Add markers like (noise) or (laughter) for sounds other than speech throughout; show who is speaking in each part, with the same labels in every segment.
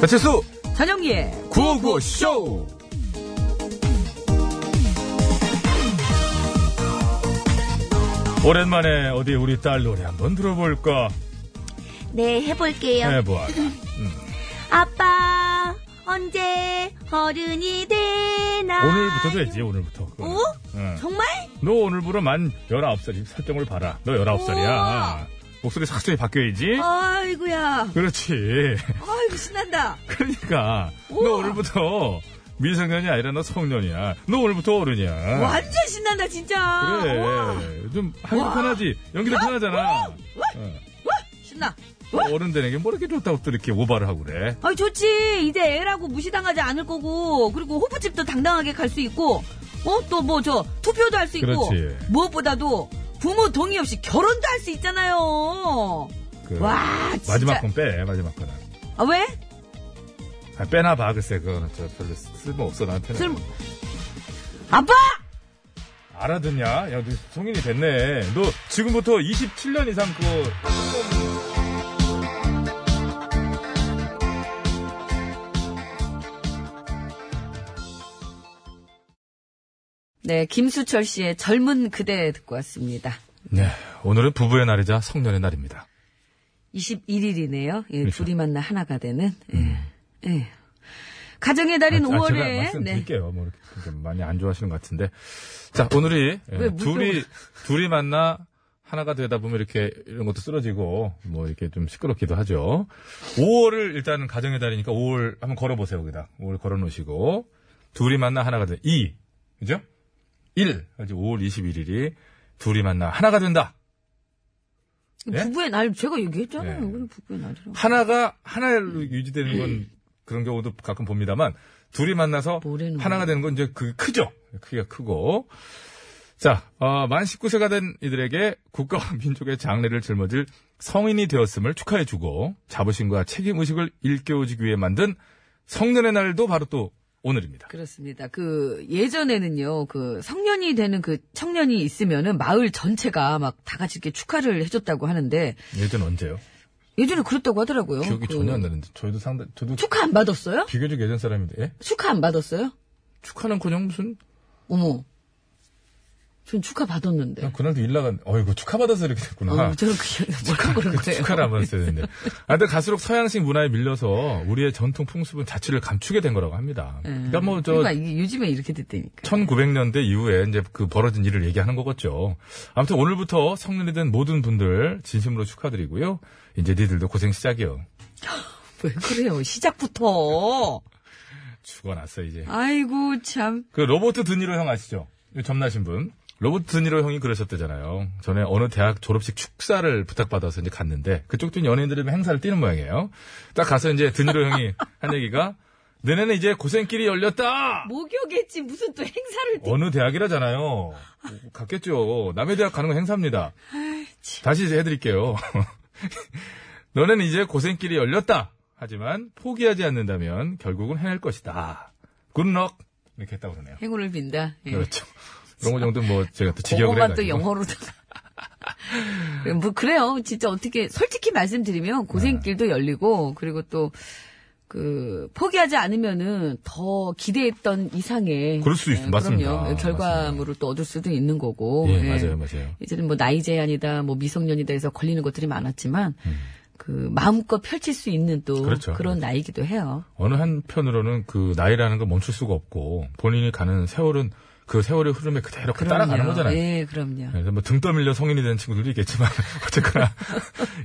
Speaker 1: 배칠수
Speaker 2: 전영기의
Speaker 1: 구호구쇼 오랜만에 어디 우리 딸 노래 한번 들어볼까 뭐.
Speaker 3: 네, 해볼게요.
Speaker 1: 해보아
Speaker 3: 아빠, 언제 어른이 되나?
Speaker 1: 오늘부터 돼지
Speaker 3: 어?
Speaker 1: 오늘부터 그거는.
Speaker 3: 오?
Speaker 1: 응.
Speaker 3: 정말?
Speaker 1: 너 오늘부로 만 19살이 설정을 봐라 너 19살이야 목소리 확실히 바뀌어야지
Speaker 3: 아이고야.
Speaker 1: 그렇지 (laughs)
Speaker 3: 아이고, 신난다.
Speaker 1: 그러니까 너
Speaker 3: 우와.
Speaker 1: 오늘부터 미성년이 아니라 너 성년이야 너 오늘부터 어른이야
Speaker 3: 완전 신난다, 진짜.
Speaker 1: 아. 그래
Speaker 3: 아, 와,
Speaker 1: 좀 하기도 편하지 연기도 편하잖아 어.
Speaker 3: 신나.
Speaker 1: 어, 어른 되는 게 뭐 이렇게 좋다고 또 이렇게 오바를 하고 그래.
Speaker 3: 아이, 좋지. 이제 애라고 무시당하지 않을 거고, 그리고 호프집도 당당하게 갈 수 있고, 어, 또 뭐, 저, 투표도 할 수 있고,
Speaker 1: 그렇지.
Speaker 3: 무엇보다도 부모 동의 없이 결혼도 할 수 있잖아요.
Speaker 1: 그
Speaker 3: 와, 진짜.
Speaker 1: 마지막 건 빼, 마지막 거는.
Speaker 3: 아, 왜?
Speaker 1: 아, 빼나 봐, 글쎄, 그거는 저 별로 쓸모 없어, 나한테는.
Speaker 3: 술, 아빠!
Speaker 1: 알아듣냐? 야, 너 성인이 됐네. 너 지금부터 27년 이상 그거.
Speaker 3: 네, 김수철 씨의 젊은 그대 듣고 왔습니다.
Speaker 1: 네, 오늘은 부부의 날이자 성년의 날입니다.
Speaker 3: 21일이네요. 예,
Speaker 1: 그렇죠. 음.
Speaker 3: 둘이 만나 하나가 되는. 예. 예. 가정의 달인
Speaker 1: 아,
Speaker 3: 5월에. 네.
Speaker 1: 제가 말씀드릴게요. 뭐, 이렇게 좀 많이 안 좋아하시는 것 같은데. 자, 오늘이, 예,
Speaker 3: 왜 무슨-
Speaker 1: 둘이, 둘이 만나 하나가 되다 보면 이렇게 이런 것도 쓰러지고, 뭐, 이렇게 좀 시끄럽기도 하죠. 5월을 일단은 가정의 달이니까 5월 한번 걸어보세요, 거기다. 5월 걸어놓으시고. 둘이 만나 하나가 돼. 2. 그죠? 1. 이제 5월 21일이 둘이 만나 하나가 된다. 예?
Speaker 3: 네. 부부의 날, 제가 얘기했잖아요.
Speaker 1: 예.
Speaker 3: 오늘 부부의 날이라고.
Speaker 1: 하나가 하나로 유지되는 건 그런 경우도 가끔 봅니다만 둘이 만나서
Speaker 3: 뭐래는
Speaker 1: 하나가
Speaker 3: 거야?
Speaker 1: 되는 건 이제 그 크죠. 크기가 크고. 자, 어, 만 19세가 된 이들에게 국가와 (laughs) 민족의 장래를 짊어질 성인이 되었음을 축하해주고 자부심과 책임의식을 일깨워주기 위해 만든 성년의 날도 바로 또 오늘입니다.
Speaker 3: 그렇습니다. 그, 예전에는요, 그, 성년이 되는 그 청년이 있으면은 마을 전체가 막 다 같이 이렇게 축하를 해줬다고 하는데,
Speaker 1: 예전 언제요?
Speaker 3: 예전에 그랬다고 하더라고요.
Speaker 1: 기억이
Speaker 3: 그
Speaker 1: 전혀 안 나는데 저희도 상당 저도
Speaker 3: 축하 안 받았어요?
Speaker 1: 비교적 예전 사람인데 예?
Speaker 3: 축하 안 받았어요?
Speaker 1: 축하는커녕 무슨
Speaker 3: 어머. 전 축하 받았는데.
Speaker 1: 난 그날도 일 나간 어이구 축하받아서 이렇게 됐구나.
Speaker 3: 네. 어, 저는 그게 뭐라 그런
Speaker 1: 그
Speaker 3: 거예요.
Speaker 1: (laughs) 축하를 한번 써야 되는데. 아, 근데 갈수록 서양식 문화에 밀려서 우리의 전통 풍습은 자취를 감추게 된 거라고 합니다. 그러니까 뭐 저
Speaker 3: 예. 그러니까 이게 요즘에 이렇게 됐다니까.
Speaker 1: 1900년대 이후에 이제 그 벌어진 일을 얘기하는 거겠죠. 아무튼 오늘부터 성년이 된 모든 분들 진심으로 축하드리고요. 이제 니들도 고생 시작이요.
Speaker 3: 왜 그래요? 시작부터.
Speaker 1: 죽어났어 이제.
Speaker 3: 아이고 참.
Speaker 1: 그 로버트 드니로 형 아시죠? 이 점나신 분. 로버트 드니로 형이 그러셨대잖아요. 전에 어느 대학 졸업식 축사를 부탁받아서 이제 갔는데 그쪽도 연예인들이 행사를 뛰는 모양이에요. 딱 가서 이제 드니로 형이 한 얘기가 너네는 이제 고생길이 열렸다.
Speaker 3: 목욕했지 무슨 또 행사를 또.
Speaker 1: 어느 대학이라잖아요. 갔겠죠. 남의 대학 가는 건 행사입니다. 다시 이제 해드릴게요. (laughs) 너네는 이제 고생길이 열렸다. 하지만 포기하지 않는다면 결국은 해낼 것이다. 굿럭 이렇게 했다고 그러네요.
Speaker 3: 행운을 빈다. 예.
Speaker 1: 그렇죠. 그런 거 정도 뭐 제가 또 직역을
Speaker 3: 그것만 또
Speaker 1: 해가지고.
Speaker 3: 영어로. (laughs)
Speaker 1: 네.
Speaker 3: 뭐 그래요. 진짜 어떻게 솔직히 말씀드리면 고생길도 열리고 그리고 또 그 포기하지 않으면은 더 기대했던 이상의 예,
Speaker 1: 그럴 수 있- 맞습니다.
Speaker 3: 그럼요. 결과물을 또 얻을 수도 있는 거고.
Speaker 1: 예,
Speaker 3: 예.
Speaker 1: 맞아요, 맞아요.
Speaker 3: 이제는 뭐 나이 제한이다, 뭐 미성년이다 해서 걸리는 것들이 많았지만 그 마음껏 펼칠 수 있는 또
Speaker 1: 음. 그렇죠.
Speaker 3: 그런 나이기도 해요.
Speaker 1: 어느 한편으로는 그 나이라는 걸 멈출 수가 없고 본인이 가는 세월은 그 세월의 흐름에 그대로 그 따라가는
Speaker 3: 그럼요.
Speaker 1: 거잖아요.
Speaker 3: 예, 그럼요.
Speaker 1: 그래서 뭐 등 떠밀려 성인이 된 친구들도 있겠지만 (laughs) 어쨌거나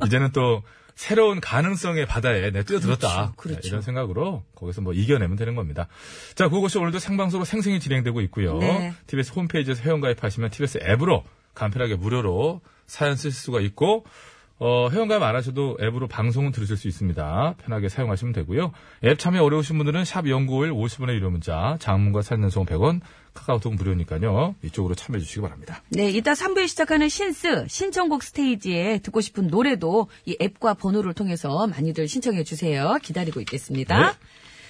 Speaker 1: 이제는 또 새로운 가능성의 바다에 내 뛰어들었다
Speaker 3: 그렇죠, 그렇죠.
Speaker 1: 이런 생각으로 거기서 뭐 이겨내면 되는 겁니다. 자, 그것이 오늘도 생방송으로 생생히 진행되고 있고요.
Speaker 3: 네.
Speaker 1: TBS 홈페이지에서 회원가입하시면 TBS 앱으로 간편하게 무료로 사연 쓰실 수가 있고 어, 회원가입 안 하셔도 앱으로 방송은 들으실 수 있습니다. 편하게 사용하시면 되고요. 앱 참여 어려우신 분들은 샵 0951 50원의 유료 문자, 장문과 사진 연속 100원, 카카오톡 무료니까요. 이쪽으로 참여해 주시기 바랍니다.
Speaker 3: 네, 이따 3부에 시작하는 신스 신청곡 스테이지에 듣고 싶은 노래도 이 앱과 번호를 통해서 많이들 신청해 주세요. 기다리고 있겠습니다.
Speaker 1: 네.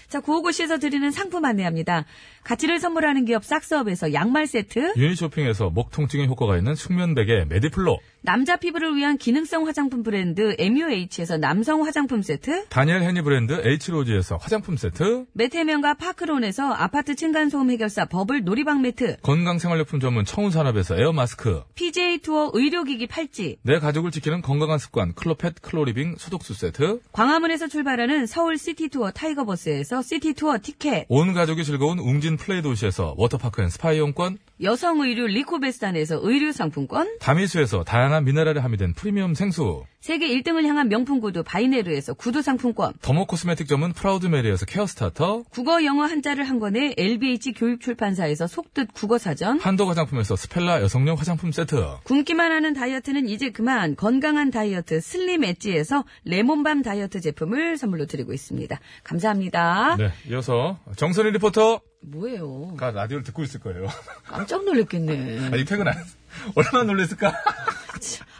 Speaker 3: 자, 구호고시에서 드리는 상품 안내합니다. 가치를 선물하는 기업 싹스업에서 양말 세트,
Speaker 1: 유니쇼핑에서 목 통증에 효과가 있는 숙면 베개 메디플로,
Speaker 3: 남자 피부를 위한 기능성 화장품 브랜드 MUH에서 남성 화장품 세트,
Speaker 1: 다니엘 헤니 브랜드 H로지에서 화장품 세트,
Speaker 3: 매태면과 파크론에서 아파트 층간소음 해결사 버블 놀이방 매트,
Speaker 1: 건강생활용품 전문 청운산업에서 에어 마스크,
Speaker 3: PJ 투어 의료기기 팔찌,
Speaker 1: 내 가족을 지키는 건강한 습관 클로펫 클로리빙 소독수 세트,
Speaker 3: 광화문에서 출발하는 서울 시티 투어 타이거버스에서 시티 투어 티켓,
Speaker 1: 온 가족이 즐거운 웅진 플레이 도시에서 워터파크 앤 스파 이용권,
Speaker 3: 여성 의류 리코베스탄에서 의류 상품권,
Speaker 1: 다미수에서 다양한 미네랄이 함유된 프리미엄 생수,
Speaker 3: 세계 1등을 향한 명품 구두 바이네르에서 구두 상품권,
Speaker 1: 더모 코스메틱 점은 프라우드 메리에서 케어 스타터,
Speaker 3: 국어 영어 한자를 한 권에 LBH 교육 출판사에서 속뜻 국어 사전,
Speaker 1: 한도 화장품에서 스펠라 여성용 화장품 세트,
Speaker 3: 굶기만 하는 다이어트는 이제 그만 건강한 다이어트 슬림 엣지에서 레몬밤 다이어트 제품을 선물로 드리고 있습니다. 감사합니다.
Speaker 1: 네, 이어서 정선희 리포터가
Speaker 3: 뭐예요?
Speaker 1: 라디오를 듣고 있을 거예요.
Speaker 3: 깜짝 놀랐겠네.
Speaker 1: 아직 퇴근 안 했어. 얼마나 놀랬을까?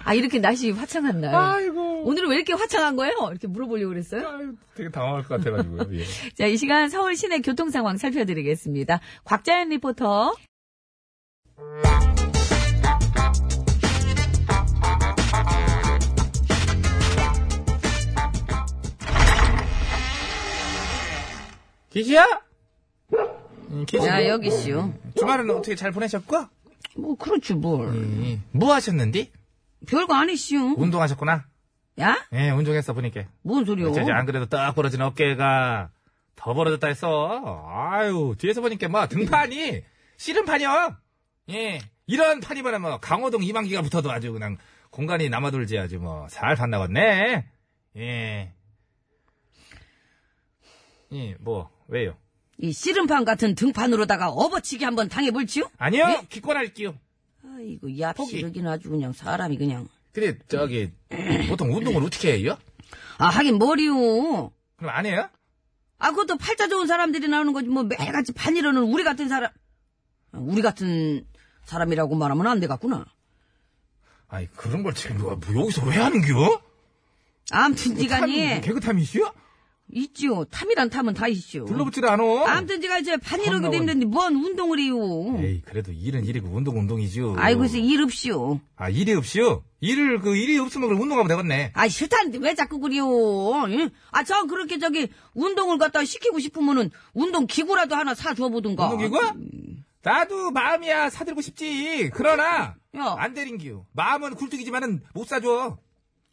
Speaker 3: 아 이렇게 날씨 화창한 날.
Speaker 1: 아이고.
Speaker 3: 오늘 왜 이렇게 화창한 거예요? 이렇게 물어보려고 그랬어요?
Speaker 1: 아유, 되게 당황할 것 같아가지고요. 예.
Speaker 3: 자, 이 시간 서울 시내 교통 상황 살펴드리겠습니다. 곽자연 리포터.
Speaker 4: (laughs) 기시야? 음, 기시.
Speaker 3: 야, 여기 씨요.
Speaker 4: 주말은 어떻게 잘 보내셨고?
Speaker 3: 뭐, 그렇지, 뭘.
Speaker 4: 뭐 하셨는디?
Speaker 3: 별거 아니시요.
Speaker 4: 운동하셨구나.
Speaker 3: 야?
Speaker 4: 예, 운동했어, 보니까.
Speaker 3: 뭔 소리요?
Speaker 4: 어째 안 그래도 딱 벌어진 어깨가 더 벌어졌다 했어. 아유, 뒤에서 보니까 뭐 등판이 씨름판이요. 예, 이런 판이면 뭐 강호동 이만기가 붙어도 아주 그냥 공간이 남아돌지 아주 뭐잘 판나겠네. 예. 예, 뭐 왜요?
Speaker 3: 이 씨름판 같은 등판으로다가 업어치기 한번 당해볼지요?
Speaker 4: 아니요, 기권할게요.
Speaker 3: 아이고, 야,
Speaker 4: 포기.
Speaker 3: 씨르긴 아주 그냥 사람이 그냥.
Speaker 4: 근데 저기 보통 운동을 어떻게 해요?
Speaker 3: 아, 하긴 머리요.
Speaker 4: 그럼 안 해요?
Speaker 3: 아, 그것도 팔자 좋은 사람들이 나오는 거지. 뭐 매일같이 판이러는 우리 같은 사람. 아, 우리 같은 사람이라고 말하면 안 되겠구나.
Speaker 4: 아니 그런 걸 지금 누가 뭐 여기서 왜 하는겨?
Speaker 3: 암튼 지간이
Speaker 4: 뭐 개그탐이시여?
Speaker 3: 있지요. 탐이란 탐은 다 있지요.
Speaker 4: 불러붙지도 않어.
Speaker 3: 암튼 지가 이제 판이러기도
Speaker 4: 겁나
Speaker 3: 힘든데 뭔 운동을 해요.
Speaker 4: 에이 그래도 일은 일이고 운동 운동이지요.
Speaker 3: 아이고, 그래서 일 없이요.
Speaker 4: 아 일이 없이요? 일을 그 일이 없으면 그럼 운동하면 되겠네.
Speaker 3: 아, 싫다는데 왜 자꾸 그래요? 응? 아, 전 그렇게 저기 운동을 갖다 시키고 싶으면은 운동 기구라도 하나 사줘 보든가.
Speaker 4: 운동기구? 나도 마음이야 사들고 싶지. 그러나
Speaker 3: 야.
Speaker 4: 안 되린기요. 마음은 굴뚝이지만은 못 사줘.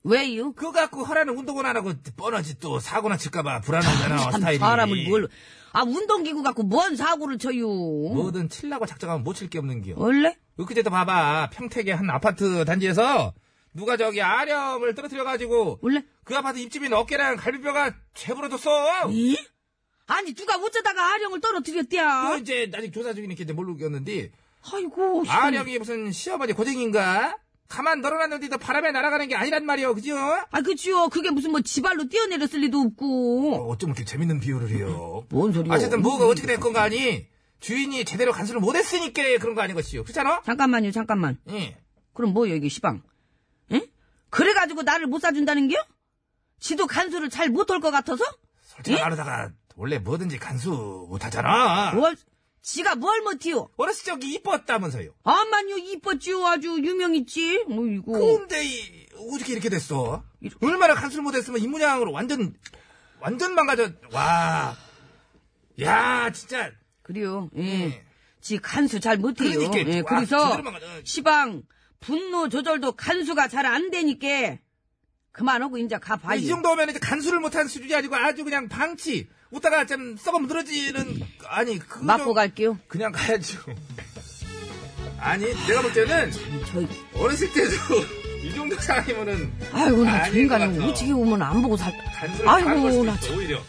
Speaker 3: 왜요?
Speaker 4: 그거 갖고 하라는 운동은 안 하고 뻔하지 또 사고나 칠까봐 불안하잖아
Speaker 3: 참
Speaker 4: 스타일이.
Speaker 3: 사람을 뭘? 아, 운동기구 갖고 뭔 사고를 쳐요?
Speaker 4: 뭐든 칠라고 작정하면 못 칠 게 없는겨.
Speaker 3: 원래?
Speaker 4: 그제도 봐봐 평택의 한 아파트 단지에서 누가 저기 아령을 떨어뜨려가지고
Speaker 3: 원래?
Speaker 4: 그 아파트 입주민 어깨랑 갈비뼈가 채부러졌어.
Speaker 3: 이? 아니, 누가 어쩌다가 아령을
Speaker 4: 그
Speaker 3: 떨어뜨렸대야?
Speaker 4: 이제 아직 조사 중이니까 이제 모르겠는데
Speaker 3: 아이고, 씨.
Speaker 4: 아령이 무슨 시어머니 고생인가? 가만 널어놨는데도 바람에 날아가는 게 아니란 말이오, 그죠? 어,
Speaker 3: 아, 그치요. 그게 무슨 뭐 지발로 뛰어내렸을 리도 없고.
Speaker 4: 어쩜 이렇게 재밌는 비유를 해요.
Speaker 3: 뭔 소리요?
Speaker 4: 어쨌든 뭐가 그- 어떻게 될 건가 하니 주인이 제대로 간수를 못했으니까 그런 거 아닌 것이요. 그렇잖아?
Speaker 3: 잠깐만요, 잠깐만.
Speaker 4: 예.
Speaker 3: 그럼 뭐여 이게 시방? 응? 그래가지고 나를 못 사준다는 게요? 지도 간수를 잘 못 할 것 같아서?
Speaker 4: 솔직히
Speaker 3: 예?
Speaker 4: 말하다가 원래 뭐든지 간수 못하잖아.
Speaker 3: 뭘? 지가 뭘 못해요?
Speaker 4: 어렸을 적이 이뻤다면서요.
Speaker 3: 아만요 이뻤지요 아주 유명했지. 어이구.
Speaker 4: 그- 근데 이, 어떻게 이렇게 됐어? 얼마나 간수를 못했으면 인문양으로 완전 완전 망가져. 와. 야, 진짜.
Speaker 3: 그래요.
Speaker 4: 예.
Speaker 3: 예. 지 간수 잘 못해요.
Speaker 4: 그러니까.
Speaker 3: 예,
Speaker 4: 와,
Speaker 3: 그래서
Speaker 4: 제대로 막아줘. 어.
Speaker 3: 시방 분노 조절도 간수가 잘 안 되니까 그만하고 이제 가봐요.
Speaker 4: 이 정도면 이제 간수를 못한 수준이 아니고 아주 그냥 방치. 웃다가 좀 썩어 무너지는, 아니, 그. 정-
Speaker 3: 맞고 갈게요.
Speaker 4: 그냥 가야죠. 아니, 내가 볼 때는
Speaker 3: 저
Speaker 4: 어렸을 때도 (laughs) 이 정도 상황이면은
Speaker 3: 아이고 나
Speaker 4: 아닐 것
Speaker 3: 조인간은
Speaker 4: 같아.
Speaker 3: 오지게 오면 안 보고 살.
Speaker 4: 간수를 잘할
Speaker 3: 아이고
Speaker 4: 수도
Speaker 3: 나
Speaker 4: 있어, 오히려.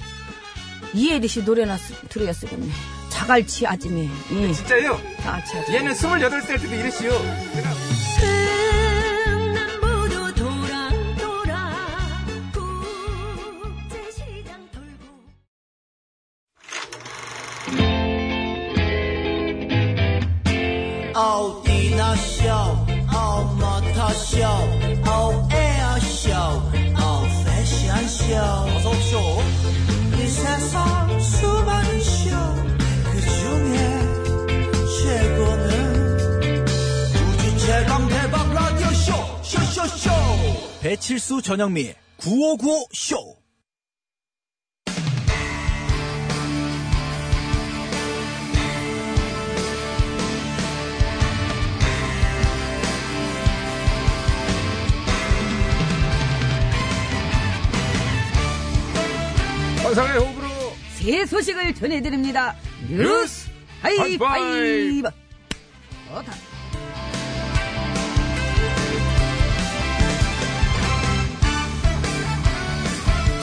Speaker 3: 이해리 씨 노래나 쓰, 들어야 쓰겠네. 자갈치 아지매. 응.
Speaker 4: 진짜요?
Speaker 3: 자갈치 아지매.
Speaker 4: 얘는 28살 때도 이랬어요.
Speaker 5: 승남부도 돌아 돌아 국제시장 돌고
Speaker 6: 어디나 쇼 어머터 쇼 어에어 쇼 어패션 쇼 어서 쇼. 이 세상 수많은 쇼그 중에 최고는 우주 최강 대박 라디오 쇼 쇼쇼쇼 배칠수 전영미 9595 쇼.
Speaker 1: 환상의 호흡으로
Speaker 3: 새 소식을 전해드립니다.
Speaker 1: 뉴스
Speaker 3: 뉴스
Speaker 1: 하이파이브.
Speaker 3: 하이파이브. 어, 좋다.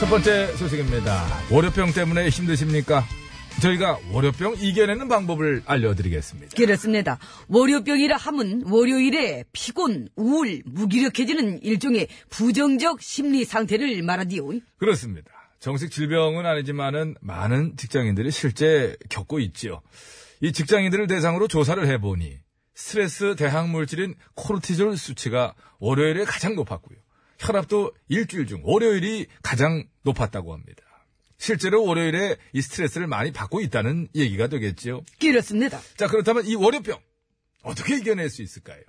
Speaker 1: 첫 번째 소식입니다. 월요병 때문에 힘드십니까? 저희가 월요병 이겨내는 방법을 알려드리겠습니다.
Speaker 3: 그렇습니다. 월요병이라 함은 월요일에 피곤, 우울, 무기력해지는 일종의 부정적 심리 상태를 말하디요.
Speaker 1: 그렇습니다. 정식 질병은 아니지만은 많은 직장인들이 실제 겪고 있지요. 이 직장인들을 대상으로 조사를 해보니 스트레스 대항 물질인 코르티졸 수치가 월요일에 가장 높았고요. 혈압도 일주일 중 월요일이 가장 높았다고 합니다. 실제로 월요일에 이 스트레스를 많이 받고 있다는 얘기가 되겠지요.
Speaker 3: 그렇습니다.
Speaker 1: 자, 그렇다면 이 월요병 어떻게 이겨낼 수 있을까요?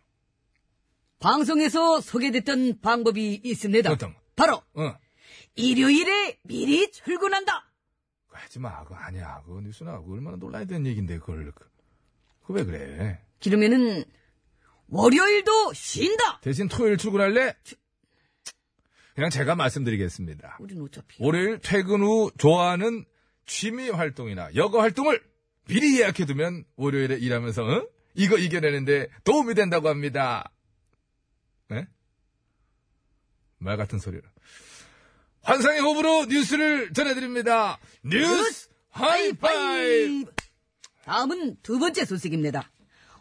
Speaker 3: 방송에서 소개됐던 방법이 있습니다.
Speaker 1: 어떤 거?
Speaker 3: 바로
Speaker 1: 응.
Speaker 3: 일요일에 미리 출근한다.
Speaker 1: 하지 마. 그거 아니야. 그거 뉴스나 그거 얼마나 논란이 된 얘기인데 그걸 그 왜 그래?
Speaker 3: 그러면은 월요일도 쉰다.
Speaker 1: 대신 토요일 출근할래? 그냥 제가 말씀드리겠습니다.
Speaker 3: 우린 어차피
Speaker 1: 월요일 퇴근 후 좋아하는 취미 활동이나 여가 활동을 미리 예약해두면 월요일에 일하면서 응? 이거 이겨내는데 도움이 된다고 합니다. 네? 말 같은 소리를. 환상의 호흡으로 뉴스를 전해드립니다. 뉴스 하이파이브!
Speaker 3: 다음은 두 번째 소식입니다.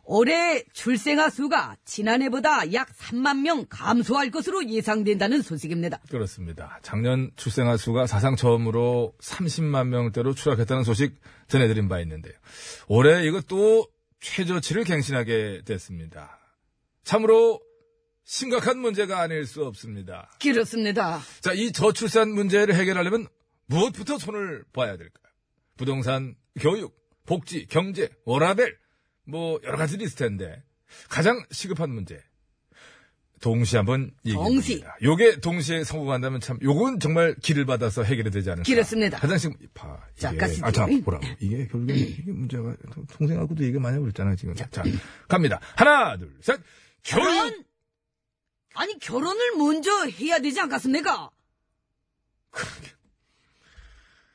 Speaker 3: 올해 출생아 수가 지난해보다 약 3만 명 감소할 것으로 예상된다는 소식입니다.
Speaker 1: 그렇습니다. 작년 출생아 수가 사상 처음으로 30만 명대로 추락했다는 소식 전해드린 바 있는데요. 올해 이것도 최저치를 갱신하게 됐습니다. 참으로 심각한 문제가 아닐 수 없습니다.
Speaker 3: 그렇습니다.
Speaker 1: 자, 이 저출산 문제를 해결하려면 무엇부터 손을 봐야 될까요? 부동산, 교육, 복지, 경제, 워라벨, 뭐 여러 가지 리스트인데 가장 시급한 문제. 동시 한번
Speaker 3: 동시.
Speaker 1: 얘기합니다. 요게 동시에 성공한다면 참 요건 정말 길을 받아서 해결이 되지 않을까?
Speaker 3: 그렇습니다.
Speaker 1: 가장 시 봐. 이게,
Speaker 3: 자, 가시죠. 음.
Speaker 1: 아, 자, 보라고. 이게 결국엔 이게 문제가 동생하고도 얘기 많이 해버렸잖아요, 지금. 자, 갑니다. 하나, 둘, 셋. 결혼!
Speaker 3: 결혼! 아니, 결혼을 먼저 해야 되지 않겠습니까?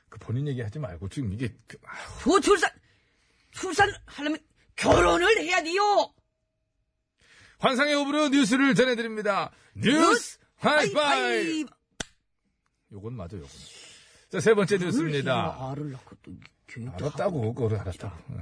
Speaker 1: 그 본인 얘기하지 말고 지금 이게 그- 아휴.
Speaker 3: 소출산, 출산 하려면 결혼을 해야 돼요!
Speaker 1: 환상의 호불호 뉴스를 전해드립니다. 뉴스 하이파이!
Speaker 3: 하이파이브!
Speaker 1: 요건 맞아, 요건. 자, 세 번째 뉴스입니다.
Speaker 3: 알을 낳고 또 교육도
Speaker 1: 알았다고, 그걸 알았다고.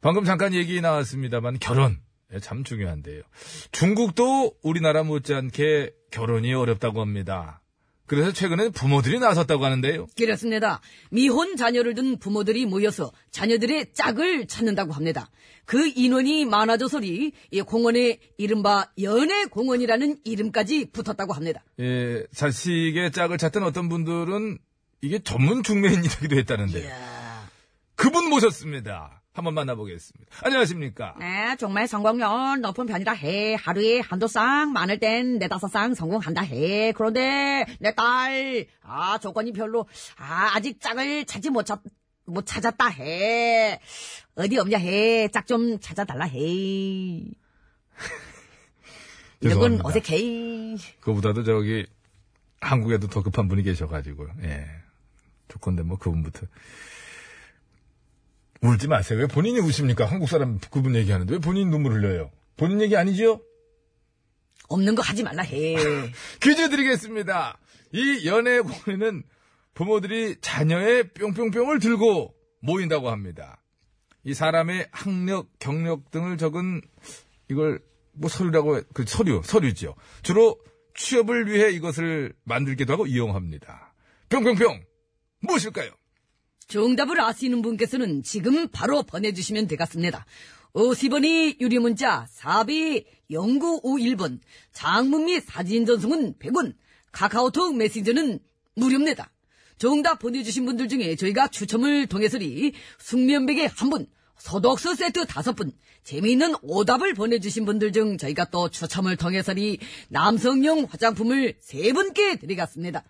Speaker 1: 방금 잠깐 얘기 나왔습니다만, 결혼. 예, 참 중요한데요. 중국도 우리나라 못지않게 결혼이 어렵다고 합니다. 그래서 최근에 부모들이 나섰다고 하는데요.
Speaker 3: 그렇습니다. 미혼 자녀를 둔 부모들이 모여서 자녀들의 짝을 찾는다고 합니다. 그 인원이 많아져서리 이 공원에 이른바 연애공원이라는 이름까지 붙었다고 합니다.
Speaker 1: 예, 자식의 짝을 찾던 어떤 분들은 이게 전문 중매인이기도 했다는데요. 그분 모셨습니다. 한번 만나보겠습니다. 안녕하십니까?
Speaker 3: 네, 정말 성공률 높은 편이라 해. 하루에 한두 쌍, 많을 땐 네다섯 쌍 성공한다 해. 그런데 내 딸, 아, 조건이 별로, 아, 아직 짝을 찾지 못, 찾, 못 찾았다 해. 어디 없냐 해. 짝 좀 찾아달라
Speaker 1: (laughs)
Speaker 3: 해. 이런 건
Speaker 1: 죄송합니다.
Speaker 3: 어색해.
Speaker 1: 그거보다도 저기 한국에도 더 급한 분이 계셔가지고 예 좋건데 뭐 그분부터 울지 마세요 왜 본인이 우십니까 한국 사람 그분 얘기하는데 왜 본인 눈물 흘려요 본인 얘기 아니죠
Speaker 3: 없는 거 하지 말라 해.
Speaker 1: 퀴즈 드리겠습니다 이 연애 고민은 부모들이 자녀의 뿅뿅뿅을 들고 모인다고 합니다 이 사람의 학력 경력 등을 적은 이걸 뭐 서류라고 해- 그 서류 서류죠. 주로 취업을 위해 이것을 만들기도 하고 이용합니다. 뿅뿅뿅 무엇일까요?
Speaker 3: 정답을 아시는 분께서는 지금 바로 보내주시면 되겠습니다. 50원이 유리문자, 4비 0951번, 장문 및 사진 전송은 100원, 카카오톡 메신저는 무료입니다. 정답 보내주신 분들 중에 저희가 추첨을 통해서리 숙면백에 한 분, 소독수 세트 다섯 분, 재미있는 오답을 보내주신 분들 중 저희가 또 추첨을 통해서리 남성용 화장품을 세 분께 드리겠습니다.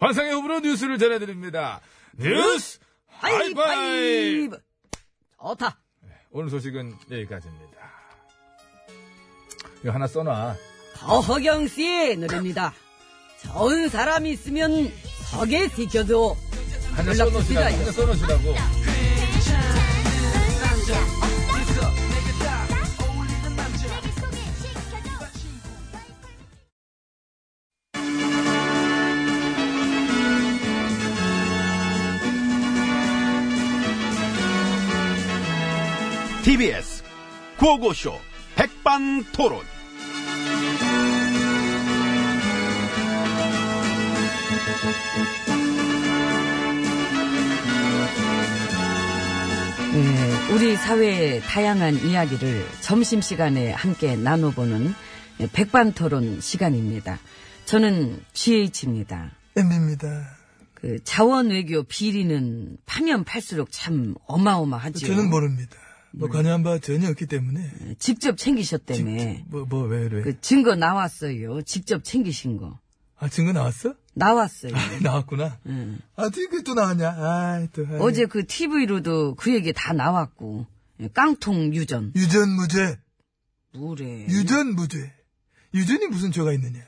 Speaker 1: 환상의 호불호 뉴스를 전해드립니다. 뉴스 하이파이
Speaker 3: 하이파이브! 좋다.
Speaker 1: 오늘 소식은 여기까지입니다. 이거 하나 써놔.
Speaker 3: 허경 씨의 노래입니다. 좋은 사람이 있으면 서게 지켜줘.
Speaker 1: 하나
Speaker 3: 연락
Speaker 1: 써놓으시라고.
Speaker 3: 주시라요.
Speaker 1: 하나 써놓으시라고.
Speaker 7: TBS 구호고쇼 백반토론.
Speaker 3: 예, 우리 사회의 다양한 이야기를 점심시간에 함께 나눠보는 백반토론 시간입니다. 저는 GH입니다.
Speaker 8: 엠비입니다.
Speaker 3: 그 자원외교 비리는 파면 팔수록 참 어마어마하죠.
Speaker 8: 저는 모릅니다. 뭐 관여한 바 전혀 없기 때문에.
Speaker 3: 직접 챙기셨다며.
Speaker 8: 직- 뭐, 뭐, 왜, 왜.
Speaker 3: 그 증거 나왔어요. 직접 챙기신 거.
Speaker 8: 아, 증거 나왔어?
Speaker 3: 나왔어요.
Speaker 8: 나왔구나. 아, 지금 또 나왔냐? 아, 또. 아이.
Speaker 3: 어제 그 TV로도 그 얘기 다 나왔고 예, 깡통 유전
Speaker 8: 유전무죄.
Speaker 3: 뭐래
Speaker 8: 유전무죄. 유전이 무슨 죄가 있느냐.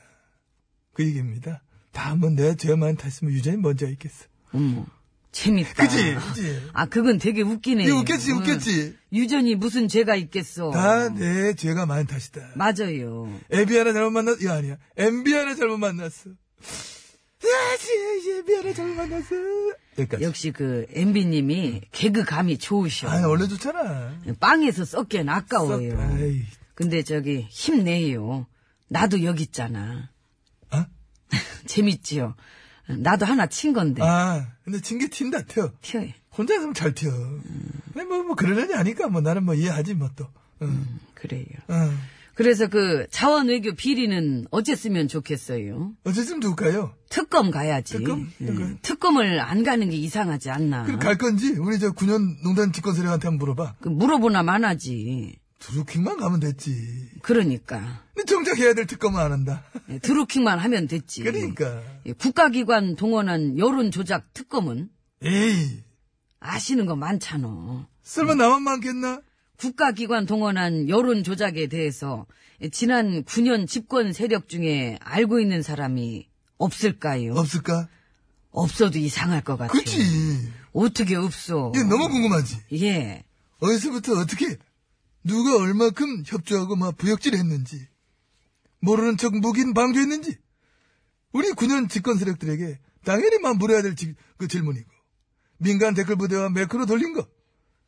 Speaker 8: 그 얘기입니다. 다 한번 내가 죄만 탔으면 유전이 먼저 있겠어.
Speaker 3: 어머 재밌다
Speaker 8: 그지? 그지?
Speaker 3: 아 그건 되게 웃기네
Speaker 8: 이거 웃겠지,
Speaker 3: 응.
Speaker 8: 웃겠지?
Speaker 3: 유전이 무슨 죄가 있겠어
Speaker 8: 다 내 죄가 많은 탓이다.
Speaker 3: 맞아요
Speaker 8: 애비 하나 잘못 만났, 이거 아니야. MB 하나 잘못 만났어. 아, 씨, 애비 하나 잘못 만났어.
Speaker 1: 그러니까
Speaker 8: 여기까지.
Speaker 3: 역시 그 MB님이 개그감이 좋으셔
Speaker 8: 예. 아, 원래 좋잖아.
Speaker 3: 빵에서 썩기엔 아까워요
Speaker 8: 썩- 아이.
Speaker 3: 근데 저기 힘내요 나도 여기 있잖아
Speaker 8: 어?
Speaker 3: (laughs) 재밌지요 나도 하나 친 건데
Speaker 8: 아, 근데 징계 튄다, 튀어.
Speaker 3: 튀어요
Speaker 8: 혼자 있으면 잘 튀어. 근데 뭐, 뭐, 그러려니 하니까, 뭐, 나는 뭐, 이해하지, 뭐, 또.
Speaker 3: 음.
Speaker 8: 어. 응,
Speaker 3: 그래요
Speaker 8: 응.
Speaker 3: 그래서 그 자원 외교 비리는 어쨌으면 좋겠어요.
Speaker 8: 어쨌든 좋을까요?
Speaker 3: 특검 가야지.
Speaker 8: 특검? 특검.
Speaker 3: 을안 가는 게 이상하지 않나.
Speaker 8: 그럼 갈 건지, 우리 저 9년 농단 집권세력한테 한번 물어봐.
Speaker 3: 그 물어보나 마나지.
Speaker 8: 드루킹만 가면 됐지.
Speaker 3: 그러니까 예,
Speaker 8: 근데 정작 해야 될 특검은 안 한다.
Speaker 3: 음. 드루킹만 하면 됐지.
Speaker 8: 그러니까.
Speaker 3: 예, 국가기관 동원한 여론 조작 특검은
Speaker 8: 에이,
Speaker 3: 아시는 거 많잖아.
Speaker 8: 설마 나만 많겠나?
Speaker 3: 국가기관 동원한 여론 조작에 대해서 지난 9년 집권 세력 중에 알고 있는 사람이 없을까요?
Speaker 8: 없을까?
Speaker 3: 어도 이상할 것 같아.
Speaker 8: 그치.
Speaker 3: 어떻게 없어?
Speaker 8: 이게 너무 궁금하지.
Speaker 3: 예.
Speaker 8: 어디서부터 어떻게 누가 얼마큼 협조하고 막 부역질했는지 모르는 척 묵인 방조했는지 우리 9년 집권 세력들에게 당연히 막 물어야 될 지- 그 질문이고 민간 댓글 부대와 매크로 돌린 거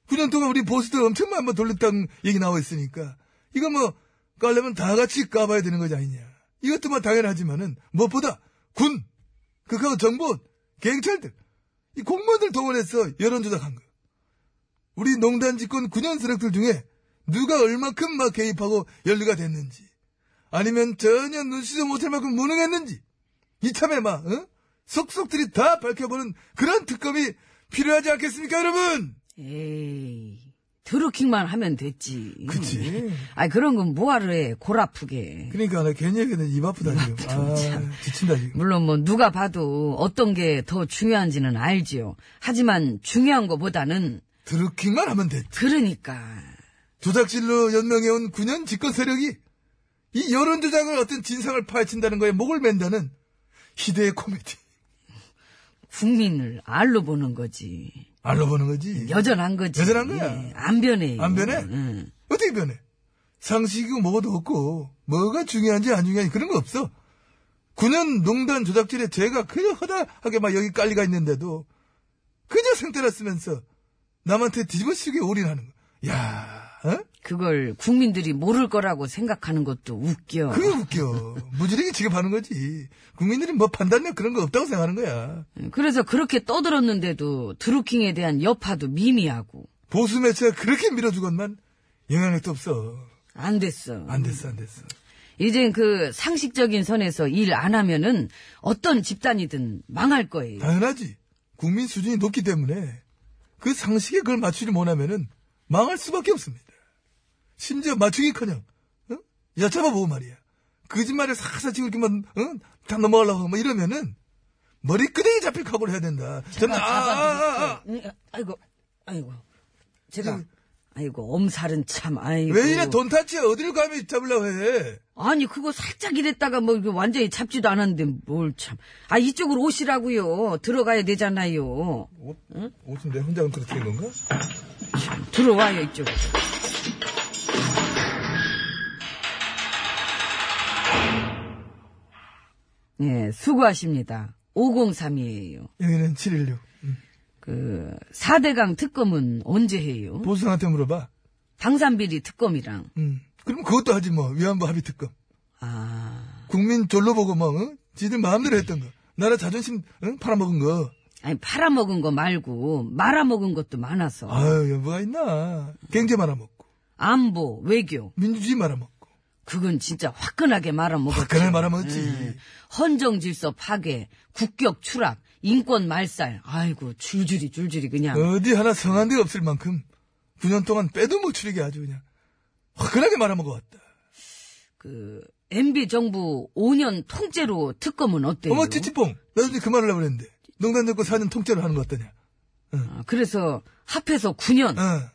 Speaker 8: 9년 동안 우리 보수도 엄청 많이 뭐 돌렸다는 얘기 나와 있으니까 이거 뭐 까려면 다 같이 까봐야 되는 거지 아니냐 이것도 뭐 당연하지만은 무엇보다 군 그거 정보 경찰들 이 공무원들 동원해서 여론조작한 거 우리 농단 집권 9년 세력들 중에 누가 얼마큼 막 개입하고 연루가 됐는지 아니면 전혀 눈치도 못할 만큼 무능했는지 이참에 막 어? 속속들이 다 밝혀보는 그런 특검이 필요하지 않겠습니까 여러분
Speaker 3: 에이, 드루킹만 하면 됐지.
Speaker 8: 그치.
Speaker 3: 아 그런 건 뭐하러 해. 골 아프게.
Speaker 8: 음, 예. 그러니까 나 괜히 얘기는 입 아프다 지금. 아, 지친다 지금.
Speaker 3: 물론 뭐 누가 봐도 어떤 게 더 중요한지는 알지요. 하지만 중요한 거보다는
Speaker 8: 드루킹만 하면 됐지.
Speaker 3: 그러니까
Speaker 8: 조작실로 연명해온 9년 집권 세력이 이 여론 조작을 어떤 진상을 파헤친다는 거에 목을 맨다는 희대의 코미디.
Speaker 3: 국민을 알로 보는 거지.
Speaker 8: 알로 보는 거지.
Speaker 3: 여전한 거지.
Speaker 8: 여전한 거야.
Speaker 3: 예, 안 변해요. 예.
Speaker 8: 안 변해?
Speaker 3: 응.
Speaker 8: 어떻게 변해? 상식이고 뭐도 없고 뭐가 중요한지 안 중요한지 그런 거 없어. 9년 농단 조작질에 죄가 그저 허다하게 막 여기 깔리가 있는데도 그저 생태라 쓰면서 남한테 뒤집어쓰기에 올인하는 거. 야, 어?
Speaker 3: 그걸 국민들이 모를 거라고 생각하는 것도 웃겨.
Speaker 8: 그게 웃겨. 무지르게 지급하는 거지. 국민들이 뭐 판단력 그런 거 없다고 생각하는 거야.
Speaker 3: 예, 그래서 그렇게 떠들었는데도 드루킹에 대한 여파도 미미하고
Speaker 8: 보수 매체가 그렇게 밀어주건만 영향력도 없어.
Speaker 3: 안 됐어.
Speaker 8: 안 됐어, 안 됐어.
Speaker 3: 이젠 그 상식적인 선에서 일 안 하면은 어떤 집단이든 망할 거예요.
Speaker 8: 당연하지. 국민 수준이 높기 때문에 그 상식에 그걸 맞추지 못하면은 망할 수밖에 없습니다. 심지어 맞추기커녕 어? 여쭤봐보고 말이야. 거짓말을 사사치고 이렇게만 어? 다 넘어가려고 막 이러면은 머리끄댕이 잡힐 각오를 해야 된다. 저는 아, 아, 아, 아.
Speaker 3: 이고 음, 아이고. 제가 아이고 엄살은 참 아이고.
Speaker 8: 왜 이래 돈 타치야 어디를 감히 잡으려고 해.
Speaker 3: 아니 그거 살짝 이랬다가 뭐 이거 완전히 잡지도 않았는데 뭘 참. 아 이쪽으로 오시라고요. 들어가야 되잖아요.
Speaker 8: 옷은 내 혼자만 그렇게 된 건가?
Speaker 3: 들어와요 이쪽. 예, 수고하십니다. 503이에요.
Speaker 8: 여기는 716.
Speaker 3: 그 4대강 특검은 언제 해요?
Speaker 8: 보수한테 물어봐.
Speaker 3: 당산비리 특검이랑
Speaker 8: 음. 그럼 그것도 하지 뭐 위안부 합의 특검.
Speaker 3: 아
Speaker 8: 국민 졸로 보고 뭐 어? 지들 마음대로 했던 거. 나라 자존심 응? 팔아먹은 거.
Speaker 3: 아니 팔아먹은 거 말고 말아먹은 것도 많아서
Speaker 8: 아유 여부가 있나. 경제 말아먹고
Speaker 3: 안보 외교
Speaker 8: 민주주의 말아먹고
Speaker 3: 그건 진짜 화끈하게 말아먹었지.
Speaker 8: 화끈하게 말아먹었지.
Speaker 3: 예, 헌정 질서 파괴, 국격 추락, 인권 말살. 아이고 줄줄이 줄줄이 그냥.
Speaker 8: 어디 하나 성한 데 없을 만큼 9년 동안 빼도 못 추리게 아주 그냥 화끈하게 말아먹어 왔다.
Speaker 3: 그 MB 정부 5년 통째로 특검은 어때요?
Speaker 8: 어머 찌찌뽕 나도 이제 그만하려고 그랬는데 농단 듣고 4년 통째로 하는 거 어떠냐.
Speaker 3: 아, 그래서 합해서 9년
Speaker 8: 어.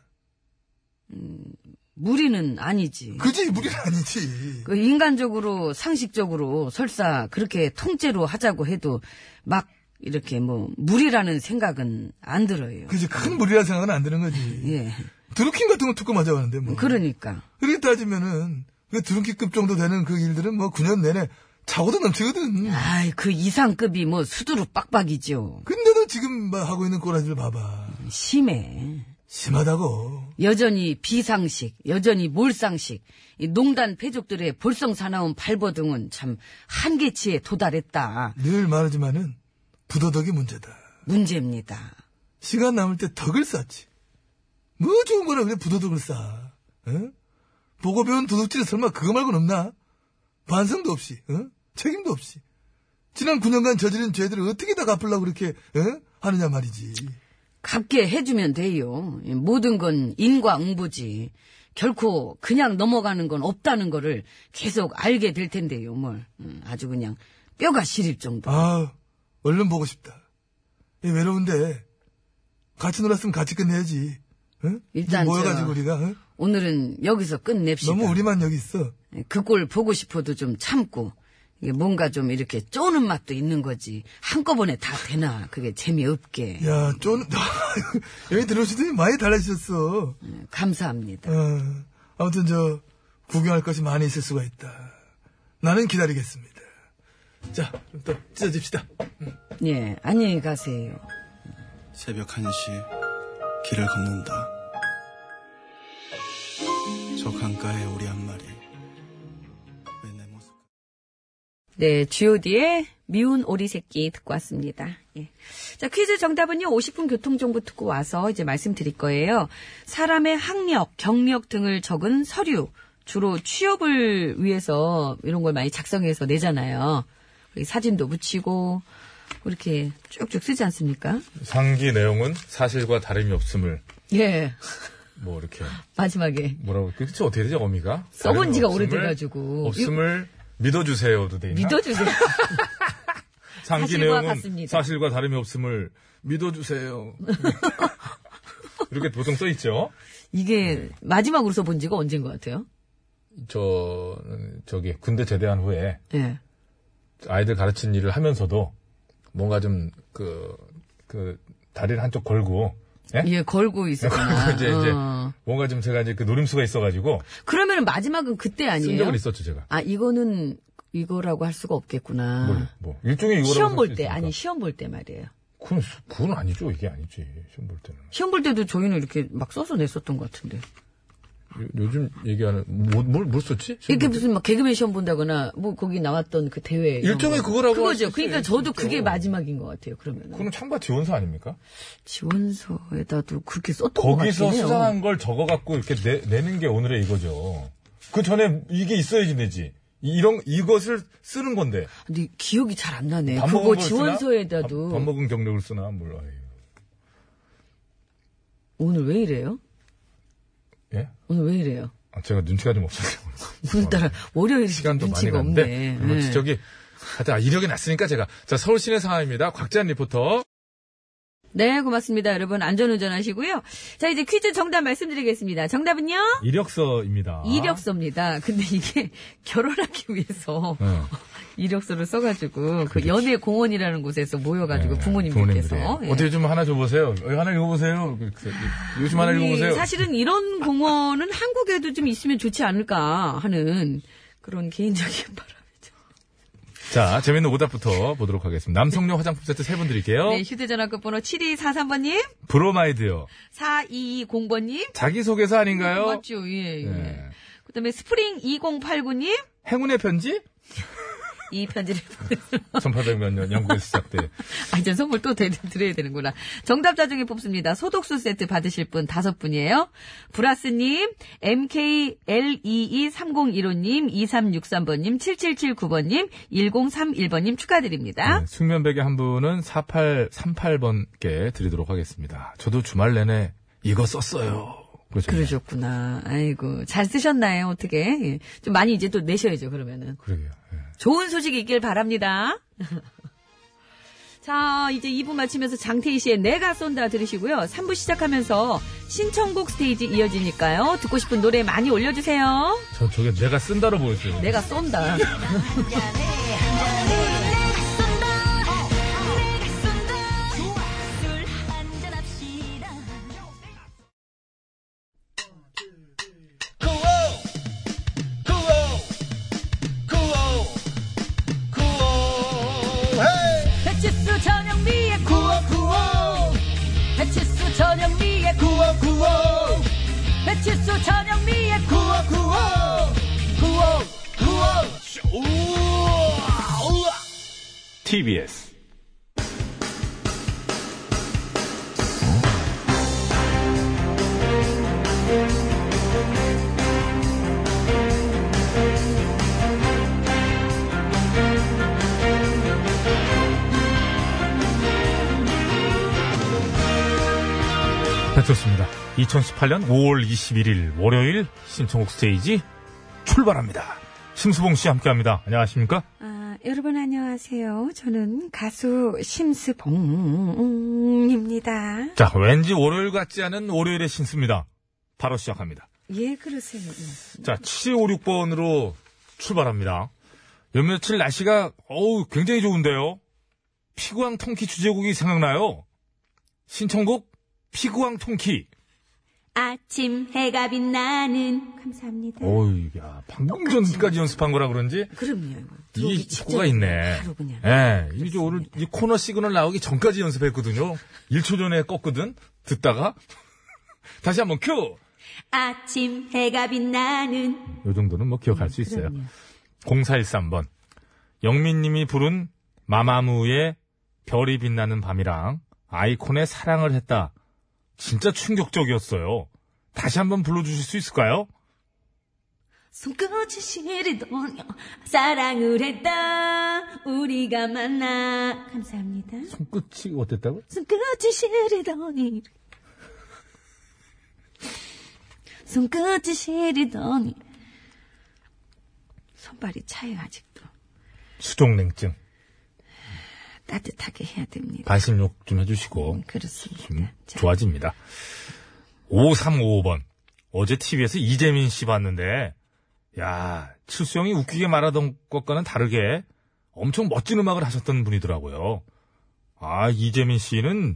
Speaker 3: 무리는 아니지.
Speaker 8: 그지 무리는 아니지.
Speaker 3: 그 인간적으로 상식적으로 설사 그렇게 통째로 하자고 해도 막 이렇게 뭐 무리라는 생각은 안 들어요.
Speaker 8: 그지 큰 무리라는 생각은 안 드는 거지.
Speaker 3: 예.
Speaker 8: 드루킹 같은 건 특검 하자고 하는데 뭐.
Speaker 3: 그러니까
Speaker 8: 그렇게 따지면은 그 드루킹급 정도 되는 그 일들은 뭐 9년 내내 자고도 넘치거든.
Speaker 3: 아이 그 이상급이 뭐 수두룩 빡빡이죠.
Speaker 8: 근데도 지금 막 하고 있는 꼬라지를 봐봐.
Speaker 3: 심해.
Speaker 8: 심하다고.
Speaker 3: 여전히 비상식, 여전히 몰상식, 이 농단 패족들의 볼성 사나운 발버둥은 참 한계치에 도달했다.
Speaker 8: 늘 말하지만은 부도덕이 문제다.
Speaker 3: 문제입니다.
Speaker 8: 시간 남을 때 덕을 쌓지. 뭐 좋은 거라 그래 부도덕을 쌓아. 응? 보고 배운 도둑질이 설마 그거 말고는 없나? 반성도 없이, 응? 책임도 없이. 지난 9년간 저지른 죄들을 어떻게 다 갚으려고 그렇게, 응? 하느냐 말이지.
Speaker 3: 갚게 해주면 돼요. 이 모든 건 인과응보지. 결코 그냥 넘어가는 건 없다는 거를 계속 알게 될 텐데요, 뭘. 음, 아주 그냥 뼈가 시릴 정도.
Speaker 8: 아, 얼른 보고 싶다. 이 외로운데 같이 놀았으면 같이 끝내야지. 응?
Speaker 3: 일단
Speaker 8: 모여가지고
Speaker 3: 저-
Speaker 8: 우리가 응?
Speaker 3: 오늘은 여기서 끝냅시다.
Speaker 8: 너무 우리만 여기 있어.
Speaker 3: 그 꼴 보고 싶어도 좀 참고. 이게 뭔가 좀 이렇게 쪼는 맛도 있는 거지. 한꺼번에 다 되나. 그게 재미없게.
Speaker 8: 야, 쫀 (laughs) 여기 들어오시더니 많이 달라지셨어.
Speaker 3: 음, 감사합니다.
Speaker 8: 어, 아무튼 저 구경할 것이 많이 있을 수가 있다. 나는 기다리겠습니다. 자, 그럼 또 찢어집시다.
Speaker 3: 예, 안녕히 가세요.
Speaker 9: 새벽 1시 길을 걷는다. 저 강가에 오리 한 마리. 왜 내 모습?
Speaker 10: 네, GOD의 미운 오리 새끼 듣고 왔습니다. 예. 자, 퀴즈 정답은요, 50분 교통정보 듣고 와서 이제 말씀드릴 거예요. 사람의 학력, 경력 등을 적은 서류, 주로 취업을 위해서 이런 걸 많이 작성해서 내잖아요. 이 사진도 붙이고, 이렇게 쭉쭉 쓰지 않습니까?
Speaker 1: 상기 내용은 사실과 다름이 없음을
Speaker 10: 예.
Speaker 1: 뭐 이렇게
Speaker 11: 마지막에
Speaker 1: 뭐라고 그치 어떻게 되죠 어미가
Speaker 11: 써본 지가
Speaker 1: 다른 없음을-
Speaker 11: 오래돼가지고.
Speaker 1: 없음을 믿어주세요도 돼 있나? (laughs)
Speaker 11: 믿어주세요.
Speaker 1: 장기
Speaker 11: 사실과
Speaker 1: 내용은
Speaker 11: 같습니다.
Speaker 1: 사실과 다름이 없음을
Speaker 11: (laughs)
Speaker 1: 믿어주세요. 이렇게 보통 써 있죠.
Speaker 11: 이게 마지막으로 써본 지가 언제인 것 같아요?
Speaker 1: 저 저기 군대 제대한 후에
Speaker 11: 예.
Speaker 1: 아이들 가르친 일을 하면서도 뭔가 좀 그 그 다리를 한쪽 걸고 예?
Speaker 11: 예, 걸고 있었구나.
Speaker 1: (laughs) 이제 이제
Speaker 11: 어.
Speaker 1: 뭔가 좀 제가 이제 그 노림수가 있어가지고
Speaker 11: 그러면 은 마지막은 그때
Speaker 1: 쓴
Speaker 11: 아니에요?
Speaker 1: 적은 있었죠 제가.
Speaker 11: 아, 이거는 이거라고 할 수가 없겠구나.
Speaker 1: 뭘, 뭐 일종의 이거라고
Speaker 11: 아. 시험
Speaker 1: 할
Speaker 11: 볼
Speaker 1: 수
Speaker 11: 때,
Speaker 1: 있으니까.
Speaker 11: 아니, 시험 볼 때 말이에요.
Speaker 1: 그건 수- 그건 아니죠 이게 아니지 시험 볼 때는.
Speaker 11: 시험 볼 때도 저희는 이렇게 막 써서 냈었던 것 같은데.
Speaker 1: 요, 즘 얘기하는 뭐, 뭘뭘 썼지? 시험
Speaker 11: 이렇게
Speaker 1: 볼 때?
Speaker 11: 무슨 막 개그맨 시험 본다거나, 뭐 거기 나왔던 그 대회. 이런
Speaker 1: 일종의
Speaker 11: 거.
Speaker 1: 그거라고 할수
Speaker 11: 그거죠.
Speaker 1: 있어요,
Speaker 11: 그러니까 저도 그게
Speaker 1: 진짜로.
Speaker 11: 마지막인 것 같아요, 그러면.
Speaker 1: 그건 참가 지원서 아닙니까?
Speaker 11: 지원서에다도 그렇게 썼던 것 같아요.
Speaker 1: 거기서 수상한 걸 적어갖고 이렇게 내, 내는 게 오늘의 이거죠. 그 전에 이게 있어야지 내지. 이- 이런 이것을 쓰는 건데.
Speaker 11: 근데 기억이 잘 안 나네.
Speaker 1: 밥 먹은
Speaker 11: 그거
Speaker 1: 걸 쓰나?
Speaker 11: 지원서에다도.
Speaker 1: 밥, 밥 먹은 경력을 쓰나 몰라. 아유.
Speaker 11: 오늘 왜 이래요?
Speaker 1: 예?
Speaker 11: 오늘 왜 이래요?
Speaker 1: 아, 제가 눈치가
Speaker 11: (laughs)
Speaker 1: 좀 없어서.
Speaker 11: 오늘따라 월요일
Speaker 1: 시간도 많이
Speaker 11: 눈치가
Speaker 1: 갔는데.
Speaker 11: 없네.
Speaker 1: 그리고
Speaker 11: 네.
Speaker 1: 저기 하여튼 아, 이력이 났으니까 제가 자 서울 시내 상황입니다. 곽재한 리포터.
Speaker 3: 네, 고맙습니다. 여러분, 안전운전 하시고요. 자, 이제 퀴즈 정답 말씀드리겠습니다. 정답은요?
Speaker 1: 아. 이력서입니다.
Speaker 3: 이력서입니다. 근데 이게 (laughs) 결혼하기 위해서
Speaker 1: 응.
Speaker 3: (laughs) 이력서를 써가지고 그 연애 공원이라는 곳에서 모여가지고 부모님들께서 예.
Speaker 1: 네, 어떻게 좀 하나 줘보세요. 어, 하나 읽어보세요. 그, 그, 요즘 하나
Speaker 3: 아니,
Speaker 1: 읽어보세요.
Speaker 3: 사실은 이런 공원은 (laughs) 한국에도 좀 있으면 좋지 않을까 하는 그런 개인적인 (laughs) 바람.
Speaker 1: 자, 재밌는 오답부터 보도록 하겠습니다. 남성용 화장품 세트 세 분 드릴게요.
Speaker 3: 네, 휴대전화 끝번호 7243번님,
Speaker 1: 브로마이드요.
Speaker 3: 4220번님.
Speaker 1: 자기소개서 아닌가요?
Speaker 3: 맞죠, 예. 예.
Speaker 1: 네.
Speaker 3: 그 다음에 스프링 2089님,
Speaker 1: 행운의 편지?
Speaker 3: 이 편지를 (laughs) 보내
Speaker 1: 1800몇 년 영국에서
Speaker 3: (laughs)
Speaker 1: 시작돼.
Speaker 3: 아, 이제 선물 또 드, 드려야 되는구나. 정답자 중에 뽑습니다. 소독수 세트 받으실 분 다섯 분이에요. 브라스님, E MKL22301호님, 2363번님, 7779번님, 1031번님 축하드립니다.
Speaker 1: 네, 숙면백의 한 분은 4838번께 드리도록 하겠습니다. 저도 주말 내내 이거 썼어요. 그렇죠.
Speaker 3: 그러셨구나. 아이고. 잘 쓰셨나요? 어떻게? 예. 좀 많이 이제 또 내셔야죠, 그러면은.
Speaker 1: 그러게요. 예.
Speaker 3: 좋은 소식이 있길 바랍니다. (laughs) 자, 이제 2부 마치면서 장태희 씨의 내가 쏜다 들으시고요. 3부 시작하면서 신청곡 스테이지 이어지니까요. 듣고 싶은 노래 많이 올려주세요.
Speaker 1: 저, 저게 내가 쓴다로 보였어요.
Speaker 3: 내가 쏜다.
Speaker 10: 배치수 전영미의 구워 구워 배치수 전영미의 구워 구워 배치수 전영미의 구워 구워 구워
Speaker 12: TBS
Speaker 1: 배쳤습니다. 네, 2018년 5월 21일 월요일 신청곡 스테이지 출발합니다. 심수봉 씨 함께 합니다. 안녕하십니까?
Speaker 3: 아, 여러분 안녕하세요. 저는 가수 심스봉입니다.
Speaker 1: 자, 왠지 월요일 같지 않은 월요일의 신수입니다. 바로 시작합니다.
Speaker 3: 예, 그러세요.
Speaker 1: 자, 756번으로 출발합니다. 요 며칠 날씨가, 어우, 굉장히 좋은데요? 피구왕 통키 주제곡이 생각나요? 신청곡, 피구왕 통키.
Speaker 10: 아침 해가 빛나는 감사합니다
Speaker 1: 어이, 야, 아, 방금 전까지 연습한 거라 그런지,
Speaker 3: 그럼요.
Speaker 1: 이 직구가 있네.
Speaker 3: 바로 그냥.
Speaker 1: 예, 이게 오늘 이 코너 시그널 나오기 전까지 연습했거든요. 1초 전에 껐거든? 듣다가. (laughs) 다시 한번 큐!
Speaker 10: 아침 해가 빛나는
Speaker 1: 요 정도는 뭐 기억할 수 있어요. 0413번. 영민님이 부른 마마무의 별이 빛나는 밤이랑 아이콘의 사랑을 했다. 진짜 충격적이었어요. 다시 한번 불러주실 수 있을까요?
Speaker 10: 손끝이 시리더냐 사랑을 했다 우리가 만나 감사합니다
Speaker 1: 손끝이 어땠다고?
Speaker 10: 손끝이 시리더니
Speaker 13: 손끝이 시리더니
Speaker 3: 손발이 차요 아직도
Speaker 1: 수족냉증.
Speaker 3: 따뜻하게 해야 됩니다.
Speaker 1: 반신욕 좀 해주시고.
Speaker 3: 그렇습니다.
Speaker 1: 어. 음, 좋아집니다. 5355번. 어제 TV에서 이재민 씨 봤는데, 야, 칠수형이 웃기게 말하던 것과는 다르게 엄청 멋진 음악을 하셨던 분이더라고요. 아, 이재민 씨는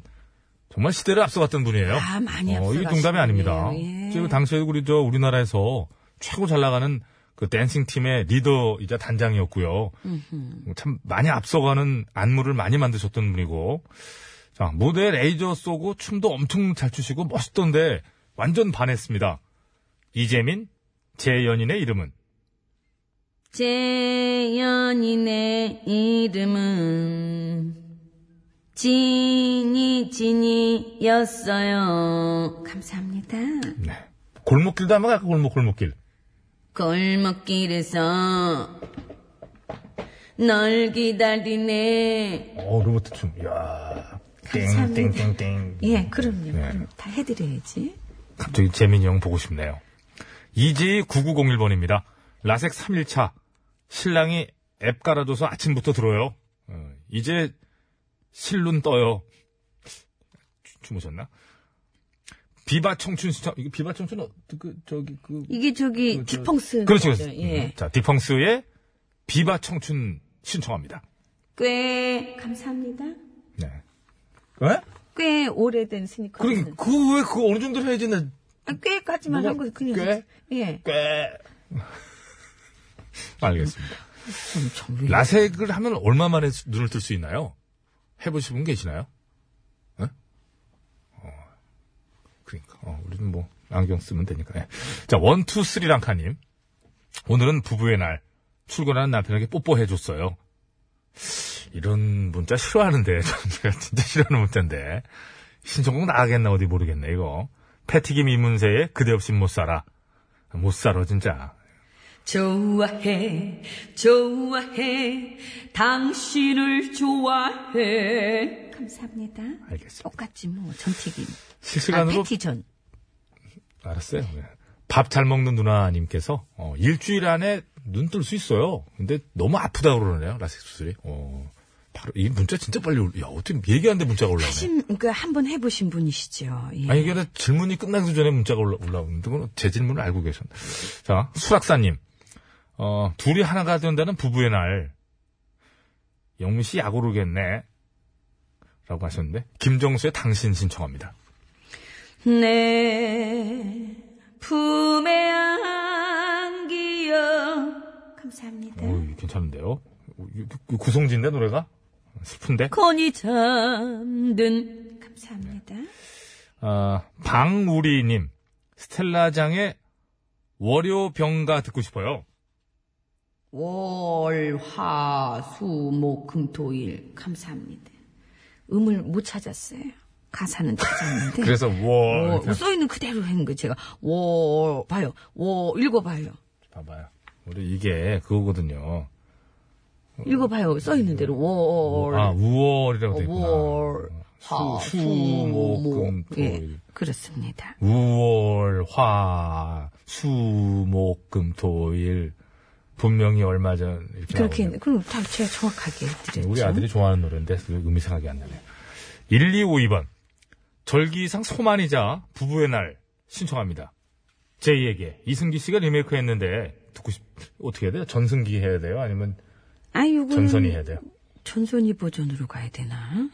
Speaker 1: 정말 시대를 앞서갔던 분이에요.
Speaker 3: 아, 많이
Speaker 1: 어, 이게
Speaker 3: 앞서가신
Speaker 1: 농담이 아닙니다.
Speaker 3: 분이에요. 예.
Speaker 1: 지금 그 당시에 우리 저 우리나라에서 최고 잘 나가는 그 댄싱 팀의 리더이자 단장이었고요. 참 많이 앞서가는 안무를 많이 만드셨던 분이고 자 무대에 레이저 쏘고 춤도 엄청 잘 추시고 멋있던데 완전 반했습니다. 이재민 제 연인의 이름은
Speaker 10: 제 연인의 이름은 지니 지니였어요.
Speaker 3: 감사합니다.
Speaker 1: 네. 골목길도 한번 갈까 골목 골목길
Speaker 10: 골목길에서 널 기다리네.
Speaker 1: 어 로버트 춤야
Speaker 3: 감사합니다.
Speaker 1: 땡땡땡땡
Speaker 3: 예, 그럼요.
Speaker 1: 네.
Speaker 3: 그럼 다 해드려야지.
Speaker 1: 갑자기 재민이 형 보고 싶네요. 이지 9901번입니다. 라섹 3일차. 신랑이 앱 깔아줘서 아침부터 들어요. 어, 이제 실눈 떠요. 주- 주무셨나? 비바 청춘 시청, 이거 비바 청춘, 어, 그, 저기, 그.
Speaker 3: 이게 저기
Speaker 1: 그, 저-
Speaker 3: 디펑스.
Speaker 1: 그렇죠.
Speaker 3: 거죠. 예.
Speaker 1: 음, 자, 디펑스의 비바 청춘 신청합니다.
Speaker 13: 꽤 감사합니다.
Speaker 1: 네. 왜?
Speaker 3: 꽤 오래된 스니커.
Speaker 1: 그러게, 그거 왜, 그거 어느 정도 해야지, 나,
Speaker 3: 아, 꽤까지만
Speaker 1: 뭐가
Speaker 3: 하고 그냥.
Speaker 1: 꽤?
Speaker 3: 예.
Speaker 1: 꽤. 알겠습니다. 음,
Speaker 3: 엄청 왜-
Speaker 1: 라섹을 하면 얼마 만에 수- 눈을 뜰 수 있나요? 해보신 분 계시나요? 어? 어, 그러니까. 어, 우리는 뭐, 안경 쓰면 되니까. 예. 자, 원, 투, 쓰리 랑카님. 오늘은 부부의 날. 출근하는 남편에게 뽀뽀해줬어요. 이런 문자 싫어하는데. (laughs) 전 제가 진짜 싫어하는 문자인데. 신청곡 나가겠나 어디 모르겠네, 이거. 패티김 이문세의 그대 없인 못 살아. 못 살아, 진짜.
Speaker 10: 좋아해, 좋아해, 당신을 좋아해. 어,
Speaker 13: 감사합니다.
Speaker 1: 알겠습니다.
Speaker 3: 똑같지 뭐 전튀김. 아,
Speaker 1: 실시간으로
Speaker 3: 패티전.
Speaker 1: 알았어요. 네. 밥 잘 먹는 누나님께서 어, 일주일 안에 눈 뜰 수 있어요. 근데 너무 아프다 그러네요. 라섹 수술이. 어, 바로 이 문자 진짜 빨리 올. 야 어떻게 얘기하는데 문자가
Speaker 13: 음,
Speaker 1: 올라오네.
Speaker 3: 하신 그러니까 한번 해보신 분이시죠. 예.
Speaker 1: 아니 이게 아니라 질문이 끝나기 전에 문자가 올라, 올라오는데 그건 제 질문을 알고 계셨네. 자 수락사님. 어, 둘이 하나가 된다는 부부의 날. 영민 씨 약오르겠네. 라고 하셨는데 김정수의 당신 신청합니다.
Speaker 10: 내 품에 안기여
Speaker 13: 감사합니다.
Speaker 1: 오, 괜찮은데요? 어, 구성진데 노래가 슬픈데.
Speaker 10: 건이 잠든
Speaker 13: 감사합니다.
Speaker 1: 아, 방우리님, 스텔라장의 월요병가 듣고 싶어요.
Speaker 10: 월, 화, 수, 목, 금, 토, 일.
Speaker 3: 감사합니다. 음을 못 찾았어요. 가사는 찾았는데.
Speaker 1: 그래서 월.
Speaker 3: 어, 써있는 그대로 한 거 제가 워 봐요. 워 읽어봐요.
Speaker 1: 봐봐요. 우리 이게 그거거든요.
Speaker 3: 읽어봐요. 써있는 대로 워.
Speaker 1: 아, 우월이라고 돼 있구나.
Speaker 3: 월, 화,
Speaker 1: 수,
Speaker 3: 수,
Speaker 1: 수, 목, 금, 토,
Speaker 3: 예,
Speaker 1: 일. 아,
Speaker 3: 그렇습니다.
Speaker 1: 우월, 화, 수, 목, 금, 토, 일. 분명히 얼마 전 이렇게
Speaker 3: 그렇게
Speaker 1: 나오네요.
Speaker 3: 했- 그럼 다 제가 정확하게
Speaker 1: 네,
Speaker 3: 해드렸죠.
Speaker 1: 우리 아들이 좋아하는 노래인데 그 음이 상하게 안 나네요. 1, 2, 5, 2번 절기상 소만이자 부부의 날 신청합니다. 제이에게 이승기 씨가 리메이크했는데 듣고 싶 어떻게 해야 돼요? 전승기 해야 돼요? 아니면
Speaker 3: 아, 요거는
Speaker 1: 전선이 해야 돼요?
Speaker 3: 전선이 버전으로 가야 되나?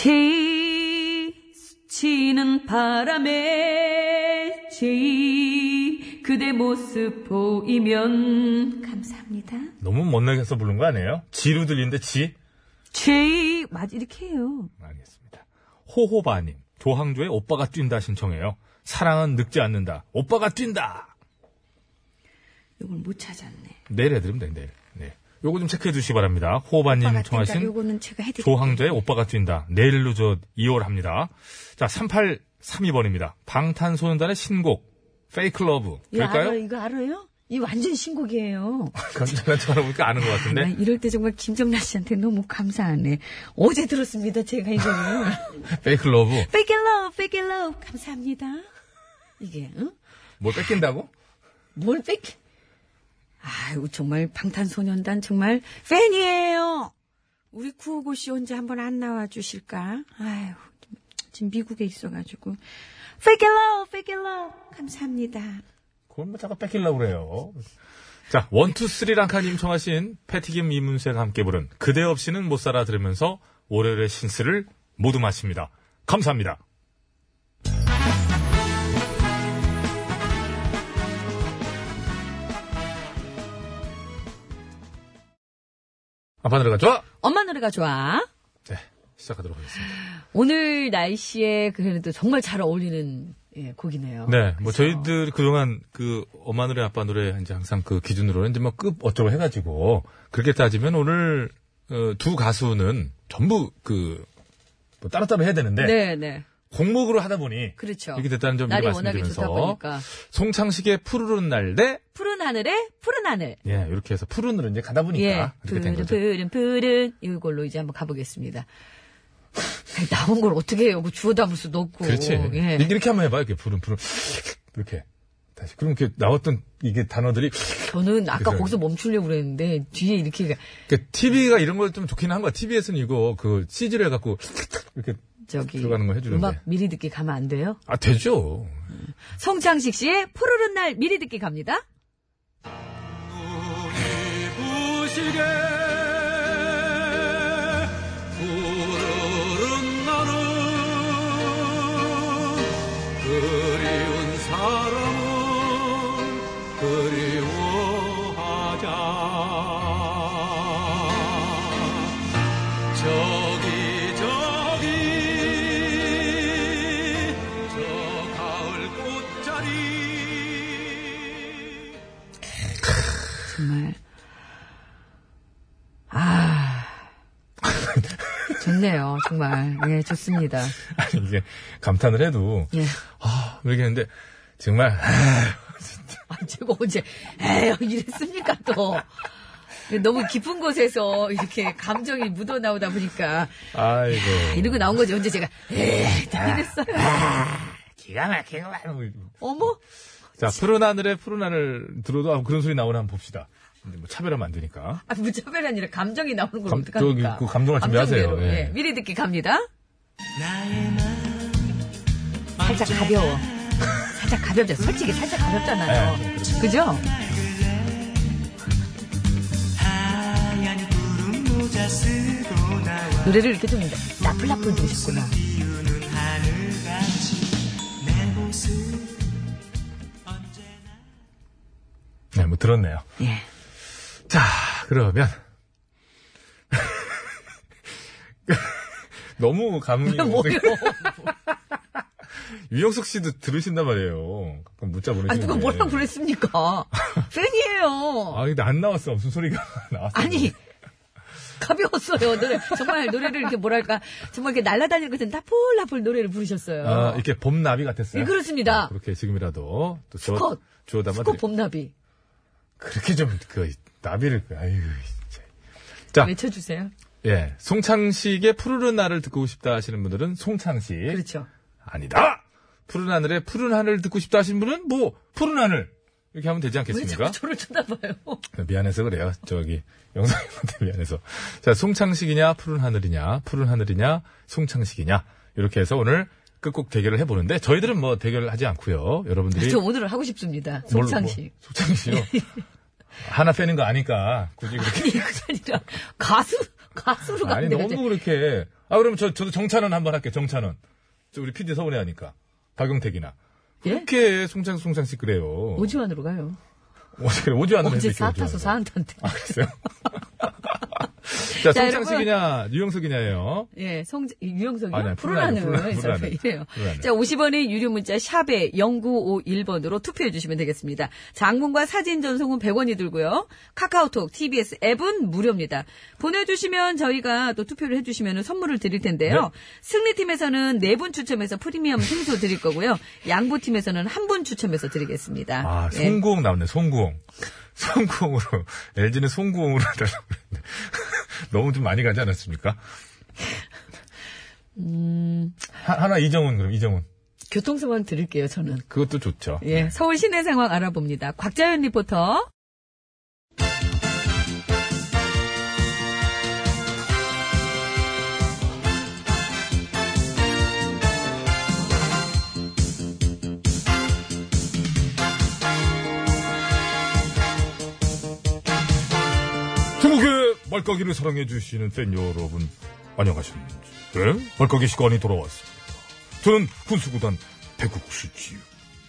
Speaker 3: 제
Speaker 10: 치는 바람에 제 그대 모습 보이면
Speaker 13: 감사합니다.
Speaker 1: 너무 못나겠어 부른 거 아니에요? 지로 들리는데 지?
Speaker 3: 제 맞아 이렇게 해요.
Speaker 1: 알겠습니다. 호호바님 조항조의 오빠가 뛴다 신청해요. 사랑은 늙지 않는다. 오빠가 뛴다.
Speaker 3: 요걸 못 찾았네.
Speaker 1: 내일 해드리면 돼요. 내일. 네. 요거 좀 체크해 주시기 바랍니다. 호호바님
Speaker 3: 오빠가 뛴다.
Speaker 1: 청하신
Speaker 3: 그러니까 요거는 제가 해드릴게요.
Speaker 1: 조항조의 오빠가 뛴다. 내일로 저 2월 합니다. 자, 3832번입니다. 방탄소년단의 신곡, 페이크 러브.
Speaker 3: 이거 알아요?
Speaker 1: 될까요?
Speaker 3: 이거 알아요? 이 완전 신곡이에요.
Speaker 1: (laughs) 감정한 쳐다보니까 아는 것
Speaker 3: 아,
Speaker 1: 같은데.
Speaker 3: 이럴 때 정말 김정란 씨한테 너무 감사하네. 어제
Speaker 10: (laughs)
Speaker 3: 들었습니다, 제가 이거는.
Speaker 1: 페이크 러브.
Speaker 3: Fake it love, fake it love. 감사합니다. 이게, 응?
Speaker 1: 뭘뭐 뺏긴다고?
Speaker 3: 뭘 뺏, 아유, 정말 방탄소년단 정말 팬이에요! 우리 구호고 씨 언제 한번 안 나와주실까? 아유, 지금 미국에 있어가지고. Fake it love, fake it love. 감사합니다.
Speaker 1: 그걸 뭐 자꾸 뺏기려고 그래요. 자, 원투쓰리랑카님 청하신 패티김 이문세가 함께 부른 그대 없이는 못 살아 들으면서 월요일의 신스를 모두 마칩니다. 감사합니다. 아빠 노래가 좋아!
Speaker 3: 엄마 노래가 좋아.
Speaker 1: 네, 시작하도록 하겠습니다.
Speaker 3: 오늘 날씨에 그래도 정말 잘 어울리는 예, 곡이네요.
Speaker 1: 네, 뭐
Speaker 3: 그래서
Speaker 1: 저희들 그동안 그 엄마 노래 아빠 노래 이제 항상 그 기준으로 이제 뭐급 어쩌고 해가지고 그렇게 따지면 오늘 어, 두 가수는 전부 그뭐 따로따로 해야 되는데
Speaker 3: 네, 네.
Speaker 1: 공목으로 하다 보니
Speaker 3: 그렇죠.
Speaker 1: 이렇게 됐다는 점 미리
Speaker 3: 날이 워낙에 좋다
Speaker 1: 말씀드리면서
Speaker 3: 보니까
Speaker 1: 송창식의 푸르른 날대
Speaker 3: 푸른 하늘에 푸른 하늘.
Speaker 1: 예 이렇게 해서 푸른으로 이제 가다 보니까
Speaker 3: 예,
Speaker 1: 이렇게 된
Speaker 3: 푸른
Speaker 1: 거죠.
Speaker 3: 푸른 푸른 이걸로 이제 한번 가보겠습니다. 나온 걸 어떻게 해요? 뭐 주워 담을 수도 없고.
Speaker 1: 그렇지.
Speaker 3: 예.
Speaker 1: 이렇게 이렇게 한번 해봐요. 이렇게 푸른 푸른 이렇게 다시 그럼 이렇게 나왔던 이게 단어들이
Speaker 3: 저는 아까
Speaker 1: 그래서-
Speaker 3: 거기서 멈추려고 그랬는데 뒤에 이렇게
Speaker 1: 그 TV가 이런 걸 좀 좋긴 한 거야. TV에서는 이거 그 CG를 해갖고 이렇게
Speaker 3: 저기
Speaker 1: 들어가는 거 해주는데.
Speaker 3: 음악 미리 듣기 가면 안 돼요?
Speaker 1: 아 되죠.
Speaker 3: 성창식 씨의 푸르른 날 미리 듣기 갑니다.
Speaker 6: 부시게 부르는 나는 그리운 사람은 그리워하자 저기 저기 저 가을 꽃자리
Speaker 3: 정말 아 좋네요 정말 예 좋습니다
Speaker 1: 아니 이게 감탄을 해도
Speaker 3: 예
Speaker 1: 아 이렇게 했는데 정말
Speaker 3: 아, 제가 언제 에휴 이랬습니까 또 너무 깊은 곳에서 이렇게 감정이 묻어 나오다 보니까
Speaker 1: 아이고
Speaker 3: 이러고 나온 거지 언제 제가 에이 다 이랬어요
Speaker 1: 기가 막힌 거야.
Speaker 3: 어머
Speaker 1: 자 푸른 하늘에 푸른 하늘 들어도 아, 그런 소리 나오나 한번 봅시다. 이제 뭐 차별하면 안 되니까.
Speaker 3: 아, 무차별이 아니라 감정이 나오는 걸
Speaker 1: 감-
Speaker 3: 어떡합니까
Speaker 1: 저기 그 감정을 준비하세요.
Speaker 3: 감정대로,
Speaker 1: 예.
Speaker 3: 예. 미리 듣기 갑니다 살짝 가벼워 살짝 가볍죠 솔직히 살짝 가볍잖아요
Speaker 1: 예,
Speaker 3: 그죠? 노래를 이렇게 좀 나풀나풀 들으셨구나.
Speaker 1: 네, 뭐 들었네요.
Speaker 3: 예.
Speaker 1: 자 그러면 (laughs) 너무 감흥이
Speaker 3: 뭐요?
Speaker 1: 유영석 씨도 들으신단 말이에요. 가끔 문자 보내시는데.
Speaker 3: 아, 누가 뭐라고 그랬습니까? 팬이에요.
Speaker 1: 아, 근데 안 나왔어. 무슨 소리가 (laughs) 나왔어.
Speaker 3: 아니. 가벼웠어요. 노래, 정말 노래를 이렇게 뭐랄까, 정말 이렇게 날아다니는 것은 나풀나풀 노래를 부르셨어요.
Speaker 1: 아, 이렇게 봄나비 같았어요.
Speaker 3: 예, 그렇습니다.
Speaker 1: 아, 그렇게 지금이라도 또 주워,
Speaker 3: 수컷.
Speaker 1: 주워 담아
Speaker 3: 스코 봄나비
Speaker 1: 그렇게 좀 그 나비를 그- 아이고 진짜. 자,
Speaker 3: 외쳐주세요.
Speaker 1: 예. 송창식의 푸르른 날을 듣고 싶다 하시는 분들은 송창식
Speaker 3: 그렇죠.
Speaker 1: 아니다. 푸른 하늘에 푸른 하늘 듣고 싶다 하시는 분은 뭐 푸른 하늘 이렇게 하면 되지
Speaker 3: 왜
Speaker 1: 않겠습니까?
Speaker 3: 자꾸 저를 쳐다봐요?
Speaker 1: 미안해서 그래요. 저기 영상님한테 미안해서. 자, 송창식이냐 푸른 하늘이냐 푸른 하늘이냐 송창식이냐 이렇게 해서 오늘 끝곡 대결을 해보는데 저희들은 뭐 대결을 하지 않고요. 여러분들이
Speaker 3: 저 오늘은 하고 싶습니다.
Speaker 1: 예. 뭘-
Speaker 3: 그렇죠. 송창식.
Speaker 1: 뭐, 송창식이요.
Speaker 3: (laughs)
Speaker 1: 하나 빼는 거 아니까 굳이 그렇게.
Speaker 3: 아니, 그게 아니라 가수, 가수로
Speaker 1: 아니
Speaker 3: 가는데.
Speaker 1: 너무 그렇게. 아 그럼 저 저도 정찬원 한번 할게. 요 정찬원. 저 우리 PD 서운해 하니까 박용택이나.
Speaker 3: 예?
Speaker 1: 그렇게 송창 송창식 그래요.
Speaker 3: 오지환으로 가요.
Speaker 1: 어제 그래 (laughs) 네, 오지 않는
Speaker 3: 어제 4타수 4안타인데.
Speaker 1: 아, 그랬어요? (laughs) 자,
Speaker 3: (laughs) 자,
Speaker 1: 송창식이냐, 유영석이냐예요.
Speaker 3: 예, 성, 유영석이
Speaker 1: 아, 네,
Speaker 3: 푸른 하늘.
Speaker 1: 푸른 하늘, 푸른 하늘.
Speaker 3: 이래요.
Speaker 1: 푸른 하늘.
Speaker 3: 자, 50원의 네, 유료 문자 샵에 0951번으로 투표해 주시면 되겠습니다. 장문과 사진 전송은 100원이 들고요. 카카오톡, TBS 앱은 무료입니다. 보내주시면 저희가 또 투표를 해주시면 선물을 드릴 텐데요. 승리팀에서는 4분 추첨해서 프리미엄 생수 드릴 거고요.
Speaker 10: 어,
Speaker 3: 양보팀에서는 한 분 추첨해서 드리겠습니다.
Speaker 1: 아,
Speaker 3: 예.
Speaker 1: 송구홍 나오네, 송구홍. (laughs) 송구홍으로, LG는 송구홍으로 해달라고 그랬는데. (laughs) 너무 좀 많이
Speaker 3: 음.
Speaker 1: 가지 않았습니까? 하, 하나 이정훈, 그럼, 이정훈.
Speaker 10: 교통 상황 드릴게요, 저는.
Speaker 1: 그것도 좋죠.
Speaker 10: 예, 서울 시내 상황 알아봅니다. 곽자연 리포터.
Speaker 1: 중국의 말까기를 사랑해주시는 팬 여러분, 안녕하셨는지. 네? 말까기 시간이 돌아왔습니다. 저는 군수구단 백국수지요.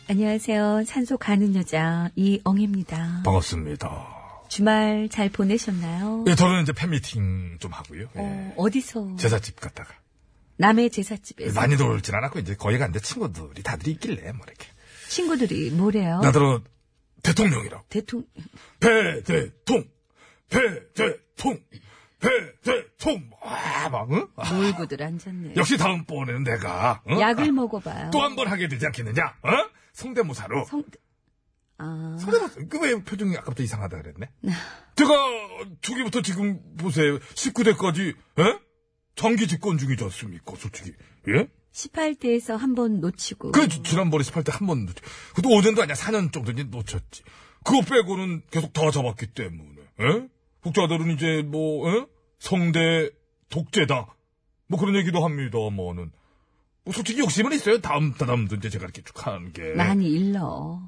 Speaker 10: 안녕하세요. 산소 가는 여자 이엉입니다.
Speaker 1: 반갑습니다.
Speaker 10: 주말 잘 보내셨나요?
Speaker 1: 예, 저는 이제 팬미팅 좀 하고요. 예.
Speaker 10: 어디서?
Speaker 1: 제사집 갔다가.
Speaker 10: 남의 제사집에서
Speaker 1: 많이 돌진 않았고, 이제 거기 갔는데 친구들이 다들 있길래, 뭐 이렇게.
Speaker 10: 친구들이 뭐래요?
Speaker 1: 나더러 대통령이라고.
Speaker 10: 대통령
Speaker 1: 배대통! 배대통! 배대통! 아, 막, 응? 아,
Speaker 10: 놀고들 앉았네.
Speaker 1: 역시 다음번에는 내가, 응?
Speaker 10: 약을 먹어봐요.
Speaker 1: 아, 또 한 번 하게 되지 않겠느냐? 어? 성대모사로.
Speaker 10: 성 아,
Speaker 1: 성대모사. 그왜 표정이 아까부터 이상하다 그랬네? 제가 초기부터 지금 보세요. 19대까지 예? 장기 집권 중이지 않습니까? 솔직히. 예?
Speaker 10: 18대에서 한 번 놓치고
Speaker 1: 그 지- 지난번에 18대 한 번 놓쳤. 그것도 5년도 아니야. 4년 정도 이제 놓쳤지. 그거 빼고는 계속 다 잡았기 때문에. 예? 국자들은 이제 뭐 예? 성대 독재다. 뭐 그런 얘기도 합니다. 뭐는. 뭐 솔직히 욕심은 있어요. 다음 다음도 이제 제가 이렇게 쭉 하는 게
Speaker 10: 많이 일러.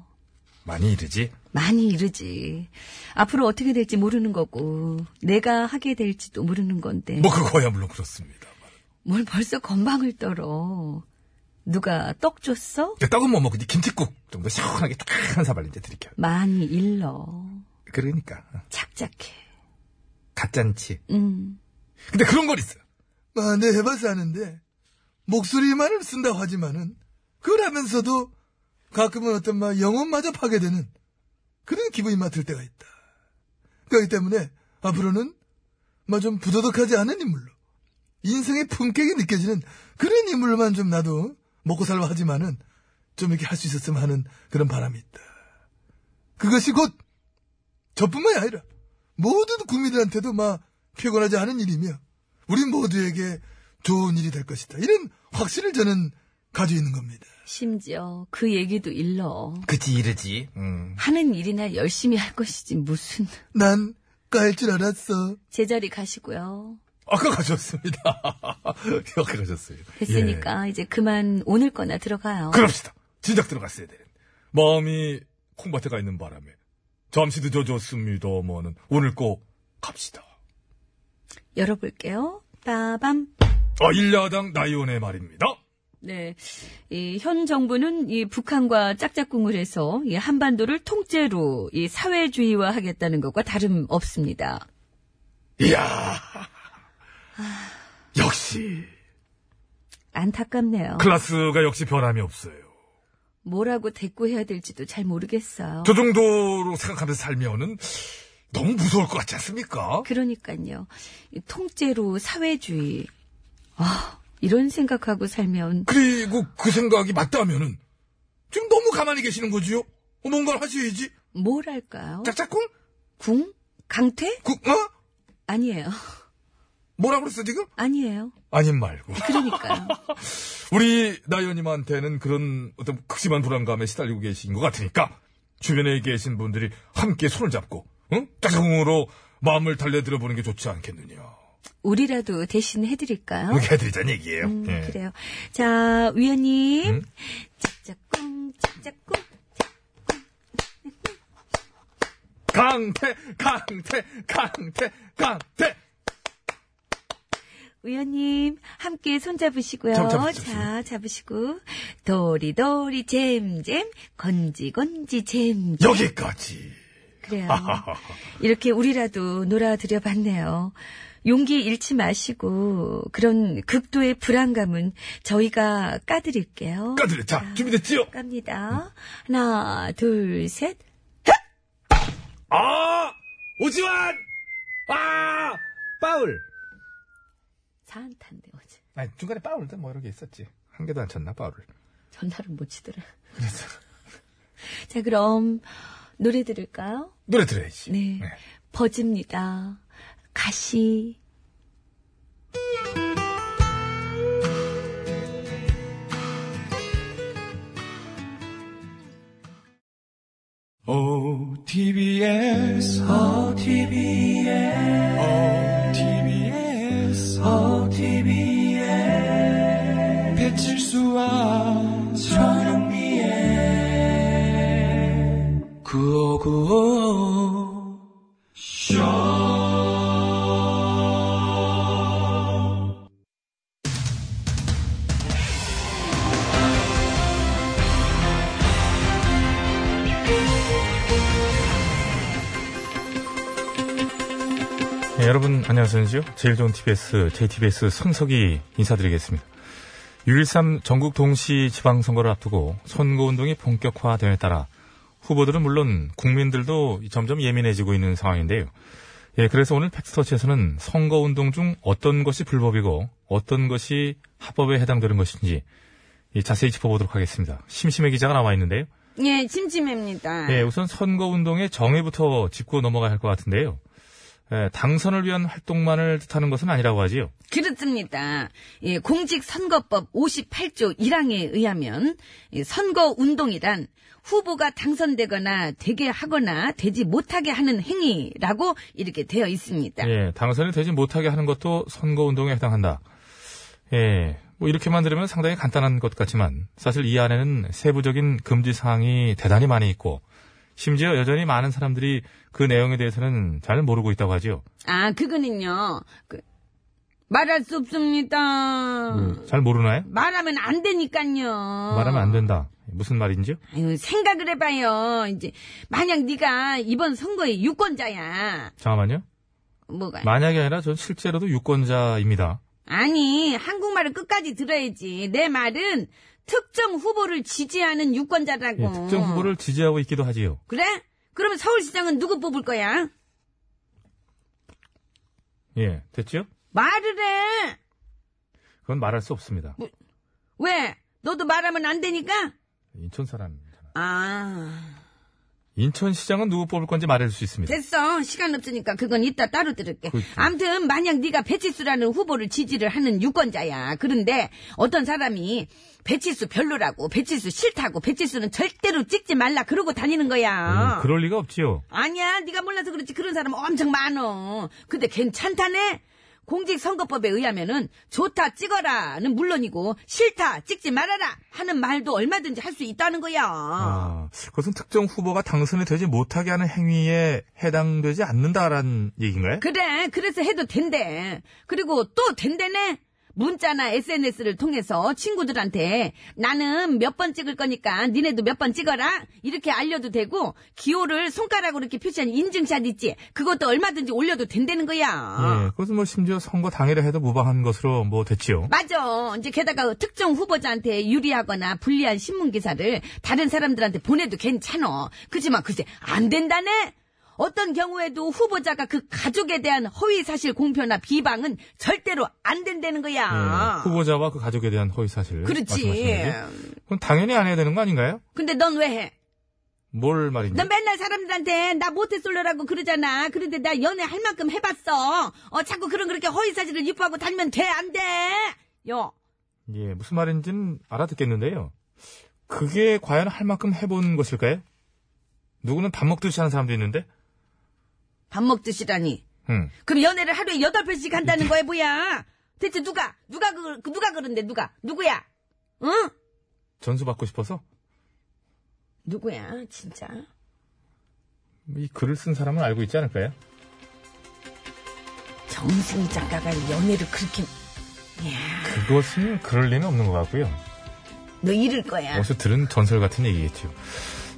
Speaker 1: 많이 이르지.
Speaker 10: 많이 이르지. 앞으로 어떻게 될지 모르는 거고 내가 하게 될지도 모르는 건데
Speaker 1: 뭐 그거야 물론 그렇습니다.
Speaker 10: 뭘 벌써 건방을 떨어. 누가 떡 줬어?
Speaker 1: 근데 그러니까 떡은 못 먹고 이제 김치국 정도 시원하게 딱 한 사발 이제 드릴게요.
Speaker 10: 많이 일러.
Speaker 1: 그러니까
Speaker 10: 착착해.
Speaker 1: 가짠치.
Speaker 10: 음.
Speaker 1: 근데 그런 건 있어요.
Speaker 8: 아, 네, 해봐서 아는데, 목소리만을 쓴다고 하지만은, 그러면서도 가끔은 어떤 막 영혼마저 파괴되는 그런 기분이 맡을 때가 있다. 그렇기 때문에 앞으로는 막 좀 부도덕하지 않은 인물로, 인생의 품격이 느껴지는 그런 인물로만 좀 나도 먹고 살라 하지만은 좀 이렇게 할 수 있었으면 하는 그런 바람이 있다. 그것이 곧 저뿐만이 아니라 모든 국민들한테도 막 피곤하지 않은 일이며 우리 모두에게 좋은 일이 될 것이다. 이런 확신을 저는 가지고 있는 겁니다.
Speaker 10: 심지어 그 얘기도 일러.
Speaker 1: 그지 이르지. 음.
Speaker 10: 하는 일이나 열심히 할 것이지 무슨
Speaker 8: 난 까일 줄 알았어.
Speaker 10: 제자리 가시고요.
Speaker 1: 아까 가셨습니다. (laughs) 아까 가셨어요.
Speaker 10: 됐으니까 이제 그만 오늘 거나 들어가요.
Speaker 1: 예. 그럽시다. 진작 들어갔어야 되는. 마음이 콩밭에 가 있는 바람에 잠시 늦어졌습니다만은 오늘 꼭 갑시다.
Speaker 10: 열어볼게요. 빠밤.
Speaker 1: 아 일야당 나이온의 말입니다.
Speaker 10: 네. 이 현 정부는 이 북한과 짝짝꿍을 해서 이 한반도를 통째로 이 사회주의화 하겠다는 것과 다름 없습니다.
Speaker 1: 이야
Speaker 10: 아.
Speaker 1: 역시 그-
Speaker 10: 안타깝네요.
Speaker 1: 클라스가 역시 변함이 없어요.
Speaker 10: 뭐라고 대꾸해야 될지도 잘 모르겠어요.
Speaker 1: 저 정도로 생각하면서 살면은 너무 무서울 것 같지 않습니까?
Speaker 10: 그러니까요. 이 통째로 사회주의. 아, 이런 생각하고 살면
Speaker 1: 그리고 그 생각이 맞다면은 지금 너무 가만히 계시는 거지요? 어, 뭔가를 하셔야지.
Speaker 10: 뭘 할까요?
Speaker 1: 짝짝꿍?
Speaker 10: 궁? 강퇴?
Speaker 1: 구, 어?
Speaker 10: 아니에요.
Speaker 1: 뭐라 그랬어 지금?
Speaker 10: 아니에요.
Speaker 1: 아님 말고.
Speaker 10: 그러니까요.
Speaker 1: 우리 나연님한테는 그런 어떤 극심한 불안감에 시달리고 계신 것 같으니까 주변에 계신 분들이 함께 손을 잡고 응? 짝짝꿍으로 마음을 달래들어 보는 게 좋지 않겠느냐.
Speaker 10: 우리라도 대신 해드릴까요?
Speaker 1: 그렇게 해드리자는 얘기예요.
Speaker 10: 음,
Speaker 1: 예. 음?
Speaker 10: 그래요. 자, 위원님. 짝짝꿍, 짝짝꿍.
Speaker 1: 강태, 강태, 강태, 강태.
Speaker 10: 위원님, 함께 손잡으시고요.
Speaker 1: 손 잡으십시오.
Speaker 10: 자, 잡으시고. 도리도리 잼잼, 건지건지 잼잼.
Speaker 1: 여기까지.
Speaker 10: 그래요. 이렇게 우리라도 놀아드려 봤네요. 용기 잃지 마시고, 그런 극도의 불안감은 저희가
Speaker 1: (laughs)
Speaker 10: 까드릴게요.
Speaker 1: 까드려. 자, 준비됐지요?
Speaker 10: 깝니다. 하나, 둘, 셋.
Speaker 1: 아! 오지환! 아!
Speaker 4: 파울.
Speaker 10: 사한탄데, 어제.
Speaker 1: 아니, 중간에 파울도 뭐 여러 개 있었지. 한 개도 안 쳤나, 파울을.
Speaker 10: 전화를 못 치더라. 그래서. (laughs) 자, 그럼 노래 들을까요?
Speaker 1: 노래 들어야지.
Speaker 10: 네. 버즈입니다. 가시.
Speaker 6: 어, OTBS, OTBS, OTBS, OTBS. 배칠수와 전영미의 9595 쇼.
Speaker 1: 네, 여러분 안녕하세요. 제일 좋은 TBS, JTBS 손석희 인사드리겠습니다. 6.13 전국 동시 지방선거를 앞두고 선거운동이 본격화됨에 따라 후보들은 물론 국민들도 점점 예민해지고 있는 상황인데요. 예, 그래서 오늘 팩스터치에서는 선거운동 중 어떤 것이 불법이고 어떤 것이 합법에 해당되는 것인지 예, 자세히 짚어보도록 하겠습니다. 심심해 기자가 나와 있는데요.
Speaker 10: 예, 심심합니다.
Speaker 1: 예, 우선 선거운동의 정의부터 짚고 넘어가야 할 것 같은데요. 예, 당선을 위한 활동만을 뜻하는 것은 아니라고 하지요.
Speaker 10: 그렇습니다. 예, 공직선거법 58조 1항에 의하면 이 선거운동이란 후보가 당선되거나 되게 하거나 되지 못하게 하는 행위라고 이렇게 되어 있습니다.
Speaker 1: 예, 당선이 되지 못하게 하는 것도 선거운동에 해당한다. 예, 뭐 이렇게만 들으면 상당히 간단한 것 같지만 사실 이 안에는 세부적인 금지 사항이 대단히 많이 있고 심지어 여전히 많은 사람들이 그 내용에 대해서는 잘 모르고 있다고 하지요.
Speaker 10: 아, 그거는요. 그, 말할 수 없습니다.
Speaker 1: 잘 모르나요?
Speaker 10: 말하면 안 되니까요.
Speaker 1: 음. 말하면 안 된다. 무슨 말인지요?
Speaker 10: 아유, 생각을 해봐요. 이제 만약 네가 이번 선거에 유권자야.
Speaker 1: 잠깐만요.
Speaker 10: 뭐가?
Speaker 1: 만약이 아니라 전 실제로도 유권자입니다.
Speaker 10: 아니, 한국말을 끝까지 들어야지. 내 말은 특정 후보를 지지하는 유권자라고.
Speaker 1: 예, 특정 후보를 지지하고 있기도 하지요.
Speaker 10: 그래? 그러면 서울시장은 누구 뽑을 거야?
Speaker 1: 예, 됐지요?
Speaker 10: 말을 해.
Speaker 1: 그건 말할 수 없습니다.
Speaker 10: 왜? 너도 말하면 안 되니까?
Speaker 1: 인천 사람.
Speaker 10: 아,
Speaker 1: 인천시장은 누구 뽑을 건지 말해줄 수 있습니다.
Speaker 10: 됐어. 시간 없으니까 그건 이따 따로 들을게.
Speaker 1: 그렇죠.
Speaker 10: 암튼 만약 네가 배치수라는 후보를 지지를 하는 유권자야. 그런데 어떤 사람이 배치수 별로라고, 배치수 싫다고, 배치수는 절대로 찍지 말라 그러고 다니는 거야.
Speaker 1: 음, 그럴 리가 없지요.
Speaker 10: 아니야, 네가 몰라서 그렇지 그런 사람 엄청 많어. 근데 괜찮다네. 공직선거법에 의하면은 좋다 찍어라는 물론이고 싫다 찍지 말아라 하는 말도 얼마든지 할 수 있다는 거야.
Speaker 1: 아, 그것은 특정 후보가 당선이 되지 못하게 하는 행위에 해당되지 않는다라는 얘기인가요?
Speaker 10: 그래, 그래서 해도 된대. 그리고 또 된대네. 문자나 SNS를 통해서 친구들한테 나는 몇 번 찍을 거니까 니네도 몇 번 찍어라 이렇게 알려도 되고 기호를 손가락으로 이렇게 표시한 인증샷 있지 그것도 얼마든지 올려도 된다는 거야.
Speaker 1: 예, 그것은 뭐 심지어 선거 당일에 해도 무방한 것으로 뭐 됐지요.
Speaker 10: 맞아. 이제 게다가 특정 후보자한테 유리하거나 불리한 신문 기사를 다른 사람들한테 보내도 괜찮어. 그지만 글쎄 안 된다네. 어떤 경우에도 후보자가 그 가족에 대한 허위 사실 공표나 비방은 절대로 안 된다는 거야.
Speaker 1: 예, 후보자와 그 가족에 대한 허위 사실.
Speaker 10: 아. 그렇지. 음.
Speaker 1: 그럼 당연히 안 해야 되는 거 아닌가요?
Speaker 10: 근데 넌 왜 해?
Speaker 1: 뭘 말인지.
Speaker 10: 넌 맨날 사람들한테 나 모태솔로라고 그러잖아. 그런데 나 연애할 만큼 해봤어. 어 자꾸 그런 그렇게 허위 사실을 유포하고 다니면 돼 안 돼? 요. 네.
Speaker 1: 예, 무슨 말인지는 알아듣겠는데요. 그게 과연 할 만큼 해본 것일까요? 누구는 밥 먹듯이 하는 사람도 있는데,
Speaker 10: 밥 먹듯이라니.
Speaker 1: 음.
Speaker 10: 그럼 연애를 하루에 여덟 번씩 한다는 거야 뭐야? 대체 누가 누가 그 그- 누가 그런데 누가 누구야? 응?
Speaker 1: 전수 받고 싶어서
Speaker 10: 누구야 진짜?
Speaker 1: 이 글을 쓴 사람은 알고 있지 않을까요?
Speaker 10: 정승희 작가가 연애를 그렇게
Speaker 1: 그것은 그럴 리는 없는 것 같고요.
Speaker 10: 너 잃을 거야.
Speaker 1: 어디서 들은 전설 같은 얘기겠죠.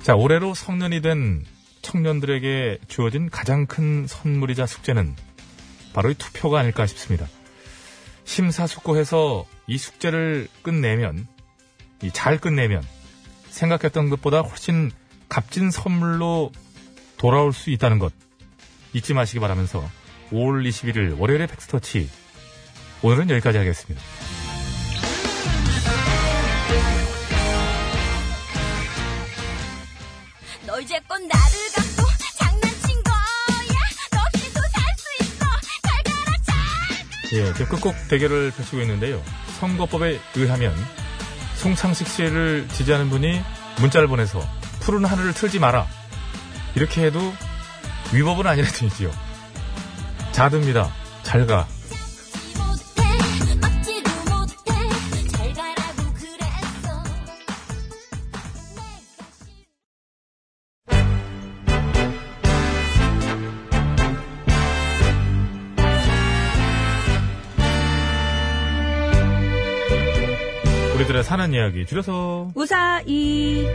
Speaker 1: 자, 올해로 성년이 된 청년들에게 주어진 가장 큰 선물이자 숙제는 바로 이 투표가 아닐까 싶습니다. 심사숙고해서 이 숙제를 끝내면, 이 잘 끝내면 생각했던 것보다 훨씬 값진 선물로 돌아올 수 있다는 것 잊지 마시기 바라면서 5월 21일 월요일의 팩스터치 오늘은 여기까지 하겠습니다.
Speaker 14: 너 이제껏 나를 갖고 장난친 거야 너 길도 살 수 있어 잘 가라
Speaker 1: 예, 지금 끝곡 대결을 펼치고 있는데요. 선거법에 의하면 송창식 씨를 지지하는 분이 문자를 보내서 푸른 하늘을 틀지 마라. 이렇게 해도 위법은 아니라 (laughs) 되지요. 자듭니다. 잘 가.
Speaker 14: 막지도 못해 잘 가라고 그랬어
Speaker 1: 우리들의 사는 이야기 줄여서
Speaker 10: 우사이.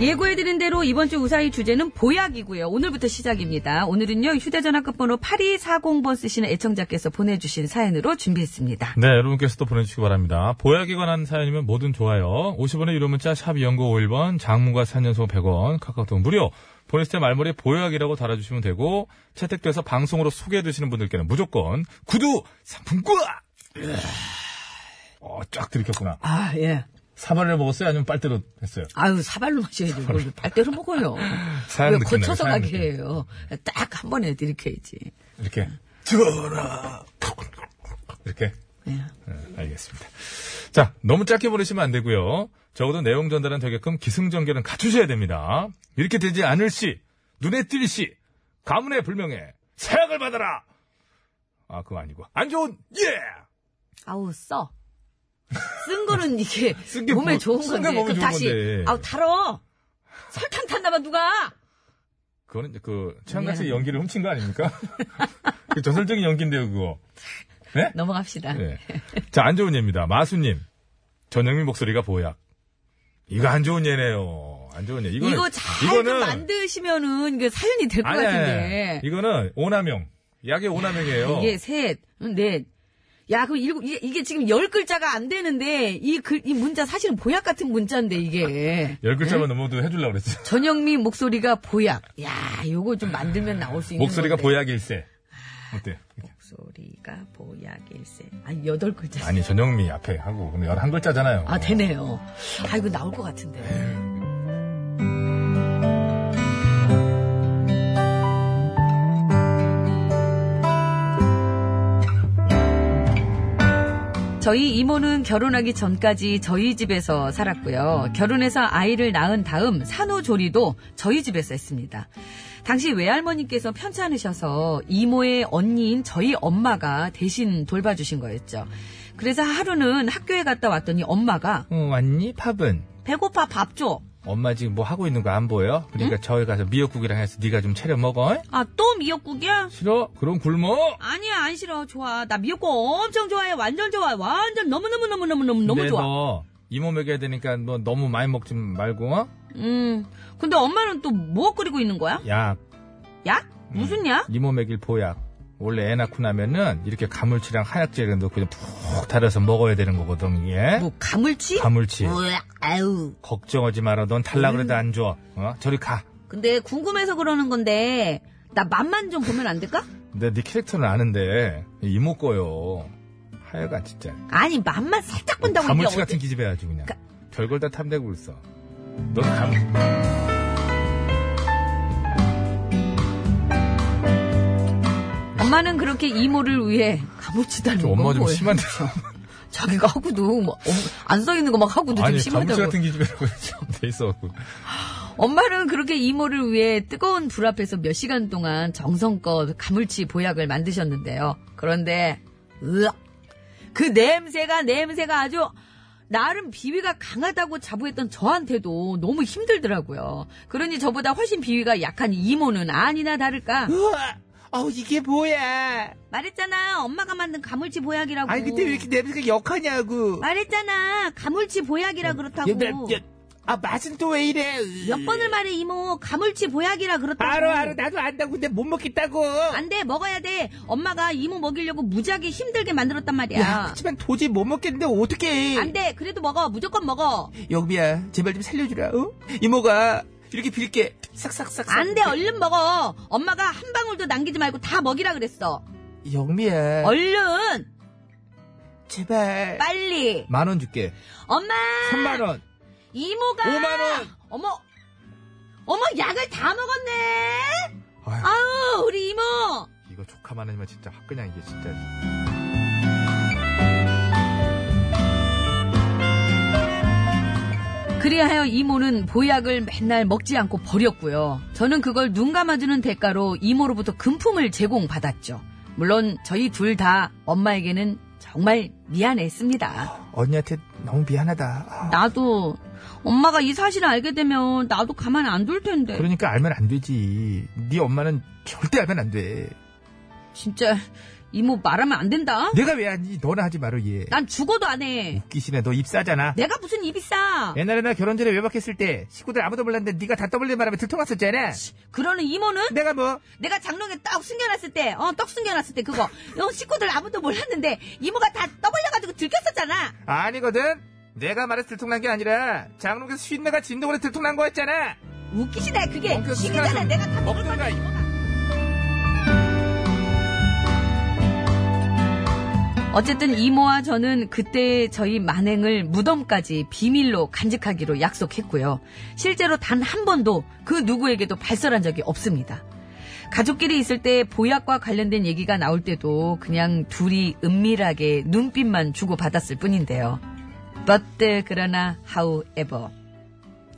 Speaker 10: 예고해드린 대로 이번 주 우사히 주제는 보약이고요. 오늘부터 시작입니다. 오늘은요, 휴대전화 끝번호 8240번 쓰시는 애청자께서 보내주신 사연으로 준비했습니다.
Speaker 1: 네, 여러분께서도 보내주시기 바랍니다. 보약에 관한 사연이면 뭐든 좋아요. 50원의 유료 문자 샵 0951번, 장문과 4년소 100원, 카카오톡 무료. 보냈을 때 말머리에 보약이라고 달아주시면 되고 채택돼서 방송으로 소개해주시는 분들께는 무조건 구두 상품권! 어, 쫙 들이켰구나.
Speaker 3: 아, 예.
Speaker 1: 사발을 먹었어요? 아니면 빨대로 했어요?
Speaker 3: 아유, 사발로 마셔야죠. 뭘 빨대로
Speaker 1: (laughs)
Speaker 3: 먹어요.
Speaker 1: 사연
Speaker 3: 왜
Speaker 1: 느낌 나요,
Speaker 3: 거쳐서
Speaker 1: 사연
Speaker 3: 가게
Speaker 1: 느낌.
Speaker 3: 해요. 딱 한 번에 이렇게 해야지.
Speaker 1: 이렇게.
Speaker 3: 들어라.
Speaker 1: 이렇게.
Speaker 3: 예.
Speaker 1: 네, 알겠습니다. 자, 너무 짧게 보내시면 안 되고요. 적어도 내용 전달은 되게끔 기승전결은 갖추셔야 됩니다. 이렇게 되지 않을 시, 눈에 띌 시, 가문의 불명예, 사약을 받아라! 아, 그거 아니고. 안 좋은, 예!
Speaker 3: 아우, 써. 쓴 거는 이게
Speaker 1: 게
Speaker 3: 몸에
Speaker 1: 뭐- (laughs)
Speaker 3: 좋은
Speaker 1: 쓴
Speaker 3: 건데.
Speaker 1: 게 몸에
Speaker 3: 그럼
Speaker 1: 좋은
Speaker 3: 다시.
Speaker 1: 건데.
Speaker 3: 아우, 달어. 설탕 탔나봐, 누가.
Speaker 1: 그거는 이제 그, 최양락 씨
Speaker 3: 네.
Speaker 1: 연기를 훔친 거 아닙니까? (laughs) 그 저설적인 연기인데요, 그거. 네?
Speaker 3: 넘어갑시다.
Speaker 1: 네. 자, 안 좋은 예입니다. 마수님. 전영민 목소리가 보약. 이거 안 좋은 예네요. 안 좋은 예.
Speaker 3: 이거,
Speaker 1: 이거는,
Speaker 3: 잘좀
Speaker 1: 이거는-
Speaker 3: 만드시면은 이게 사연이 될 것
Speaker 1: 아니, 아니, 아니.
Speaker 3: 같은데.
Speaker 1: 이거는 오남용. 약의 오남용이에요.
Speaker 3: 이게 셋, 음, 넷. 야, 그럼 일곱, 이게, 이게 지금 열 글자가 안 되는데, 이 글, 이 문자 사실은 보약 같은 문자인데, 이게.
Speaker 1: 열 글자만
Speaker 3: 네?
Speaker 1: 넘어도 해주려고
Speaker 3: (laughs)
Speaker 1: 그랬지.
Speaker 3: 전영미 목소리가 보약. 야, 요거 좀 만들면 나올 수 있는.
Speaker 1: 목소리가
Speaker 3: 건데.
Speaker 1: 보약일세. 어때요?
Speaker 3: 목소리가 보약일세. 아니, 여덟 글자.
Speaker 1: 아니, 전영미 앞에 하고. 그럼 열한 글자잖아요.
Speaker 3: 아, 되네요. 아, 이거 나올 것 같은데.
Speaker 10: 저희 이모는 결혼하기 전까지 저희 집에서 살았고요. 결혼해서 아이를 낳은 다음 산후조리도 저희 집에서 했습니다. 당시 외할머니께서 편찮으셔서 이모의 언니인 저희 엄마가 대신 돌봐주신 거였죠. 그래서 하루는 학교에 갔다 왔더니 엄마가
Speaker 1: 어, 왔니? 팝은?
Speaker 10: 배고파 밥 줘.
Speaker 1: 엄마 지금 뭐 하고 있는 거 안 보여?
Speaker 3: 네?
Speaker 1: 그러니까 저희 가서 미역국이랑 해서 네가 좀 차려 먹어.
Speaker 10: 아, 또 미역국이야?
Speaker 1: 싫어? 그럼 굶어.
Speaker 10: 아니야, 안 싫어. 좋아. 나 미역국 엄청 좋아해. 완전 좋아해. 완전 너무너무너무너무너무 너무
Speaker 1: 근데
Speaker 10: 좋아.
Speaker 1: 네, 너 이모 먹여야 되니까 너 너무 많이 먹지 말고. 어?
Speaker 10: 음. 근데 엄마는 또 뭐 끓이고 있는 거야?
Speaker 1: 야,
Speaker 10: 약?
Speaker 1: 음.
Speaker 10: 무슨 약?
Speaker 1: 이모 먹일 네 보약. 원래 애 낳고 나면은 이렇게 가물치랑 한약재를 넣고 그냥 푹 달아서 먹어야 되는 거거든 이게.
Speaker 3: 뭐 가물치?
Speaker 1: 가물치.
Speaker 3: 으악, 아유. 음.
Speaker 1: 걱정하지 마라. 넌 탈락을 해도 안 줘. 어? 저리 가.
Speaker 3: 근데 궁금해서 그러는 건데, 나 맛만 좀 보면 안 될까?
Speaker 1: 근데 네 캐릭터는 아는데 이모 거요. 하여간 진짜.
Speaker 3: 아니, 맛만 살짝 본다고 이게
Speaker 1: 가물치
Speaker 3: 어디-
Speaker 1: 같은 기집애 아주 그냥. 별걸 다 탐내고 있어. 넌 가물.
Speaker 10: 엄마는 그렇게 이모를 위해 가물치 닮은
Speaker 1: 좀 그렇죠. 엄마
Speaker 10: 건
Speaker 1: 좀
Speaker 10: 뭐예요?
Speaker 1: 심한데.
Speaker 10: 자기가 하고도 뭐안써 있는 거 막 하고도
Speaker 1: 아니
Speaker 10: 좀
Speaker 1: 가물치
Speaker 10: 심하다고.
Speaker 1: 같은 기집애라고 돼 있어갖고.
Speaker 10: 엄마는 그렇게 이모를 위해 뜨거운 불 앞에서 몇 시간 동안 정성껏 가물치 보약을 만드셨는데요. 그런데 으악 그 냄새가 냄새가 아주 나름 비위가 강하다고 자부했던 저한테도 너무 힘들더라고요. 그러니 저보다 훨씬 비위가 약한 이모는 아니나 다를까.
Speaker 4: 우와, 어 이게 뭐야?
Speaker 10: 말했잖아 엄마가 만든 가물치 보약이라고.
Speaker 4: 아니 근데 왜 이렇게 냄새가 역하냐고.
Speaker 10: 말했잖아 가물치 보약이라 그렇다고.
Speaker 4: 야, 나- 야, 아 맛은 또 왜 이래?
Speaker 10: 몇 번을 말해 이모 가물치 보약이라 그렇다고
Speaker 4: 알아 알아 나도 안다고 근데 못 먹겠다고.
Speaker 10: 안돼 먹어야 돼 엄마가 이모 먹이려고 무지하게 힘들게 만들었단 말이야
Speaker 4: 야, 그렇지만 도저히 못 먹겠는데 어떡해.
Speaker 10: 안돼 그래도 먹어 무조건 먹어
Speaker 4: 영비야 제발 좀 살려주라. 어? 이모가 이렇게 빌게 싹싹싹.
Speaker 10: 안돼 얼른 먹어 엄마가 한 방울도 남기지 말고 다 먹이라 그랬어
Speaker 4: 영미야.
Speaker 10: 얼른
Speaker 4: 제발.
Speaker 10: 빨리
Speaker 4: 만 원 줄게.
Speaker 10: 엄마
Speaker 4: 3만 원.
Speaker 10: 이모가
Speaker 4: 5만 원.
Speaker 10: 어머 어머 약을 다 먹었네 아우 우리 이모
Speaker 1: 이거 조카 많으면 진짜 확 그냥 이게 진짜.
Speaker 3: 그래야 하여 이모는 보약을 맨날 먹지 않고 버렸고요. 저는 그걸 눈 감아주는 대가로 이모로부터 금품을 제공받았죠. 물론 저희 둘 다 엄마에게는 정말 미안했습니다.
Speaker 10: 언니한테 너무 미안하다. 아.
Speaker 3: 나도 엄마가 이 사실을 알게 되면 나도 가만 안 둘 텐데.
Speaker 10: 그러니까 알면 안 되지. 네 엄마는 절대 알면 안 돼.
Speaker 3: 진짜 이모 말하면 안 된다.
Speaker 10: 내가 왜 하니? 너나 하지 마라 얘.
Speaker 3: 난 죽어도 안 해.
Speaker 10: 웃기시네. 너 입사잖아.
Speaker 3: 내가 무슨 입이 싸?
Speaker 1: 예.
Speaker 10: 옛날에 나 결혼 전에 외박했을 때 식구들 아무도 몰랐는데 네가 다 떠벌린 바람에 들통났었잖아.
Speaker 3: 그러는 이모는?
Speaker 10: 내가 뭐?
Speaker 3: 내가 장롱에 떡 숨겨놨을 때, 어, 떡 숨겨놨을 때 그거. 어, 식구들 아무도 몰랐는데 이모가 다 떠벌려가지고 들켰었잖아.
Speaker 10: 아니거든. 내가 말해서 들통난 게 아니라 장롱에서 쉰내가 진동으로 들통난 거였잖아.
Speaker 3: 웃기시다 그게.
Speaker 10: 엉켜
Speaker 3: 지금잖아
Speaker 10: 좀
Speaker 3: 내가 다 먹을
Speaker 10: 먹든가,
Speaker 3: 건데. 이모가. 어쨌든 이모와 저는 그때 저희 만행을 무덤까지 비밀로 간직하기로 약속했고요. 실제로 단 한 번도 그 누구에게도 발설한 적이 없습니다. 가족끼리 있을 때 보약과 관련된 얘기가 나올 때도 그냥 둘이 은밀하게 눈빛만 주고받았을 뿐인데요. But 그러나 however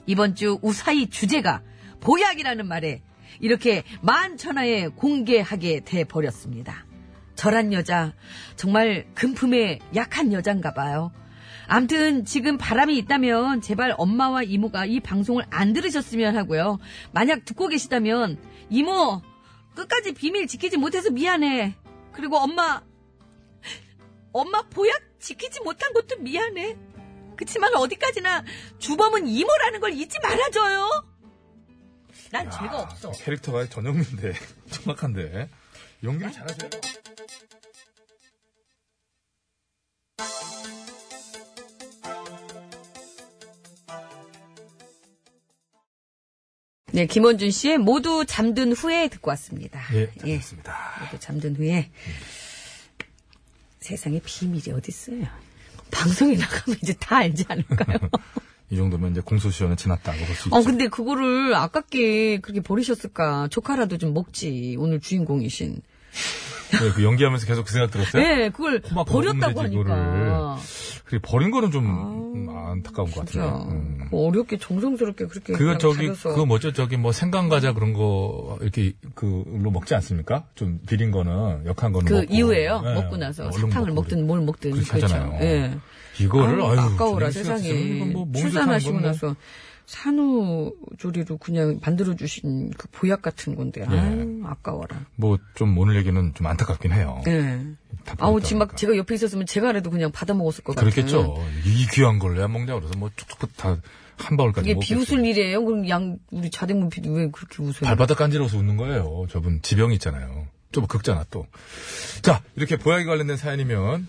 Speaker 3: 이번 주 우사히 주제가 보약이라는 말에 이렇게 만천하에 공개하게 돼 버렸습니다. 저란 여자 정말 금품에 약한 여잔가 봐요. 암튼 지금 바람이 있다면 제발 엄마와 이모가 이 방송을 안 들으셨으면 하고요. 만약 듣고 계시다면 이모 끝까지 비밀 지키지 못해서 미안해. 그리고 엄마 엄마 보약 지키지 못한 것도 미안해. 그치만 어디까지나 주범은 이모라는 걸 잊지 말아줘요. 난 죄가 없어.
Speaker 1: 캐릭터가 전형인데 (laughs) 정확한데
Speaker 3: 네.
Speaker 1: 연기를 잘하세요.
Speaker 3: 네, 김원준 씨의 모두 잠든 후에 듣고 왔습니다.
Speaker 1: 예, 잘했습니다.
Speaker 3: 모두 잠든 후에 세상에 비밀이 어디 있어요? 방송에 나가면 이제 다 알지 않을까요?
Speaker 1: 이 정도면 이제 공소시효는 지났다고 볼 수 있죠.
Speaker 3: 어, 근데 그거를 아깝게 그렇게 버리셨을까? 조카라도 좀 먹지. 오늘 주인공이신.
Speaker 10: 예,
Speaker 1: 네, 그 연기하면서 계속 그 생각 들었어요.
Speaker 3: 네, 그걸
Speaker 1: 고맙고
Speaker 3: 버렸다고
Speaker 1: 먹으면 되지,
Speaker 3: 하니까.
Speaker 1: 그래 버린 거는 좀 음, 안타까운 것 같아요. 음.
Speaker 3: 그거 뭐 어렵게 정성스럽게 그렇게
Speaker 1: 그거
Speaker 3: 그냥
Speaker 1: 저기
Speaker 3: 가려서.
Speaker 1: 그거 뭐죠? 저기 뭐 생강 과자 그런 거 이렇게 그로 먹지 않습니까? 좀 비린 거는 역한 거는
Speaker 3: 그
Speaker 1: 먹고.
Speaker 3: 이후에요.
Speaker 1: 예,
Speaker 3: 먹고 나서
Speaker 1: 얼른
Speaker 3: 사탕을
Speaker 1: 먹고
Speaker 3: 먹든 뭘 먹든
Speaker 1: 그렇게
Speaker 3: 그렇죠.
Speaker 1: 하잖아요.
Speaker 3: 예.
Speaker 1: 이거를
Speaker 3: 아우,
Speaker 1: 아유,
Speaker 3: 아까워라
Speaker 1: 저기 생각
Speaker 3: 세상에
Speaker 1: 지금 이거 뭐 몸에 좋다는
Speaker 3: 출산하시고
Speaker 1: 건 뭐.
Speaker 3: 나서 산후조리로 그냥 만들어 주신 그 보약 같은 건데
Speaker 1: 네.
Speaker 3: 아유, 아까워라.
Speaker 1: 뭐 좀 오늘 얘기는 좀 안타깝긴 해요.
Speaker 3: 예.
Speaker 1: 다
Speaker 3: 아우
Speaker 1: 버렸다
Speaker 3: 지금 막 제가 옆에 있었으면 제가라도 그냥 받아 먹었을 것 같아요.
Speaker 1: 그렇겠죠. 이 귀한 걸로 야 먹냐 그래서 뭐 쭉쭉 다 한 바울까지
Speaker 3: 이게
Speaker 1: 먹고
Speaker 3: 비웃을 일이에요. 그럼 양 우리 자댕문 PD 왜 그렇게 웃어요?
Speaker 1: 발바닥 간지러워서 웃는 거예요. 저분 지병이 있잖아요. 좀 극잖아 또. 자 이렇게 보약에 관련된 사연이면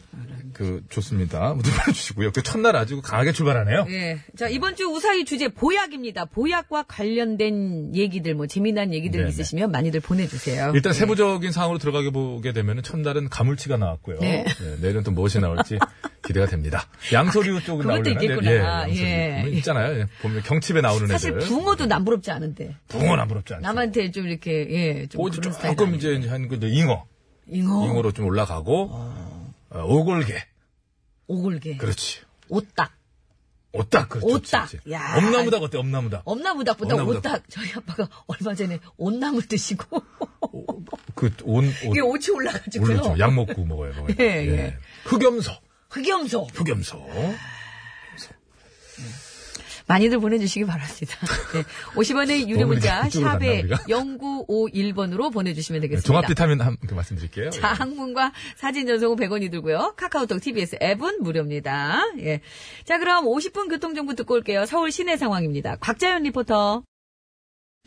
Speaker 1: 그 좋습니다. 모두 보내주시고요. 그 첫날 아주 강하게 출발하네요.
Speaker 3: 예. 자, 이번 주 우사히 주제 보약입니다. 보약과 관련된 얘기들, 뭐, 재미난 얘기들
Speaker 1: 네네.
Speaker 3: 있으시면 많이들 보내주세요.
Speaker 1: 일단
Speaker 3: 예.
Speaker 1: 세부적인 상황으로 들어가게 보게 되면 은 첫날은 가물치가 나왔고요.
Speaker 3: 네.
Speaker 1: 네, 내일은 또 무엇이 나올지 기대가 됩니다. 양소류 쪽은
Speaker 3: 아, 그것도
Speaker 1: 나오려나?
Speaker 3: 있겠구나.
Speaker 1: 네, 예,
Speaker 3: 예.
Speaker 1: 양소류 보면 있잖아요. 예, 보면 경칩에 나오는
Speaker 3: 사실
Speaker 1: 애들.
Speaker 3: 붕어도 남부럽지 않은데.
Speaker 1: 붕어는 안 부럽지 않죠.
Speaker 3: 남한테 좀 이렇게, 예, 좀.
Speaker 1: 꼬지
Speaker 3: 그런 스타일
Speaker 1: 조금 그렇죠. 이제 한그 이제 잉어,
Speaker 3: 잉어.
Speaker 1: 잉어로 좀 올라가고 어, 오골개.
Speaker 3: 오골개.
Speaker 1: 그렇지.
Speaker 3: 오딱.
Speaker 1: 오딱 그렇죠.
Speaker 3: 오딱. 야.
Speaker 1: 엄나무닭 그 어때? 엄나무닭.
Speaker 3: 엄나무닭보다
Speaker 1: 엄나무닭.
Speaker 3: 오딱. 저희 아빠가 얼마 전에 온나물 드시고. (laughs)
Speaker 1: 그온
Speaker 3: 이게 오치 올라가지고요.
Speaker 1: 올렸죠. 약 먹고 먹어요. 먹어요.
Speaker 3: (laughs) 예, 예.
Speaker 1: 흑염소.
Speaker 3: 흑염소.
Speaker 1: 흑염소. 네,
Speaker 3: 많이들 보내주시기 바랍니다. 네. 50원의 유료
Speaker 1: 너무
Speaker 3: 문자,
Speaker 1: 이쪽으로 갔나,
Speaker 3: 샵에
Speaker 1: 우리가? (laughs) 네,
Speaker 3: 0951번으로 보내주시면 되겠습니다.
Speaker 1: 종합 비타민 한 번 말씀드릴게요.
Speaker 3: 자,
Speaker 1: 예.
Speaker 3: 항문과 사진 전송은 100원이 들고요. 카카오톡, TBS 앱은 무료입니다. 예. 자, 그럼 50분 교통정보 듣고 올게요. 서울 시내 상황입니다. 곽자연 리포터.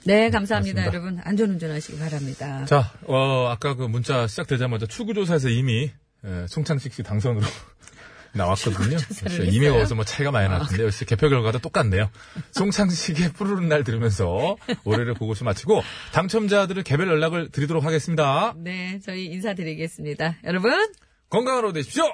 Speaker 3: 네, 감사합니다,
Speaker 1: 고맙습니다.
Speaker 3: 여러분. 안전운전 하시기 바랍니다.
Speaker 1: 자, 어, 아까 그 문자 시작되자마자 출구조사에서 이미 에, 송창식 씨 당선으로 (laughs) 나왔거든요. 역시 이미
Speaker 10: 했어요?
Speaker 1: 와서 뭐 차이가
Speaker 3: 아.
Speaker 1: 많이 났는데 역시 개표 결과도 똑같네요. 송창식의 푸르른 날 들으면서 올해를 고고시 마치고 당첨자들을 개별 연락을 드리도록 하겠습니다.
Speaker 3: 네, 저희 인사드리겠습니다. 여러분.
Speaker 1: 건강한 하루 되십시오.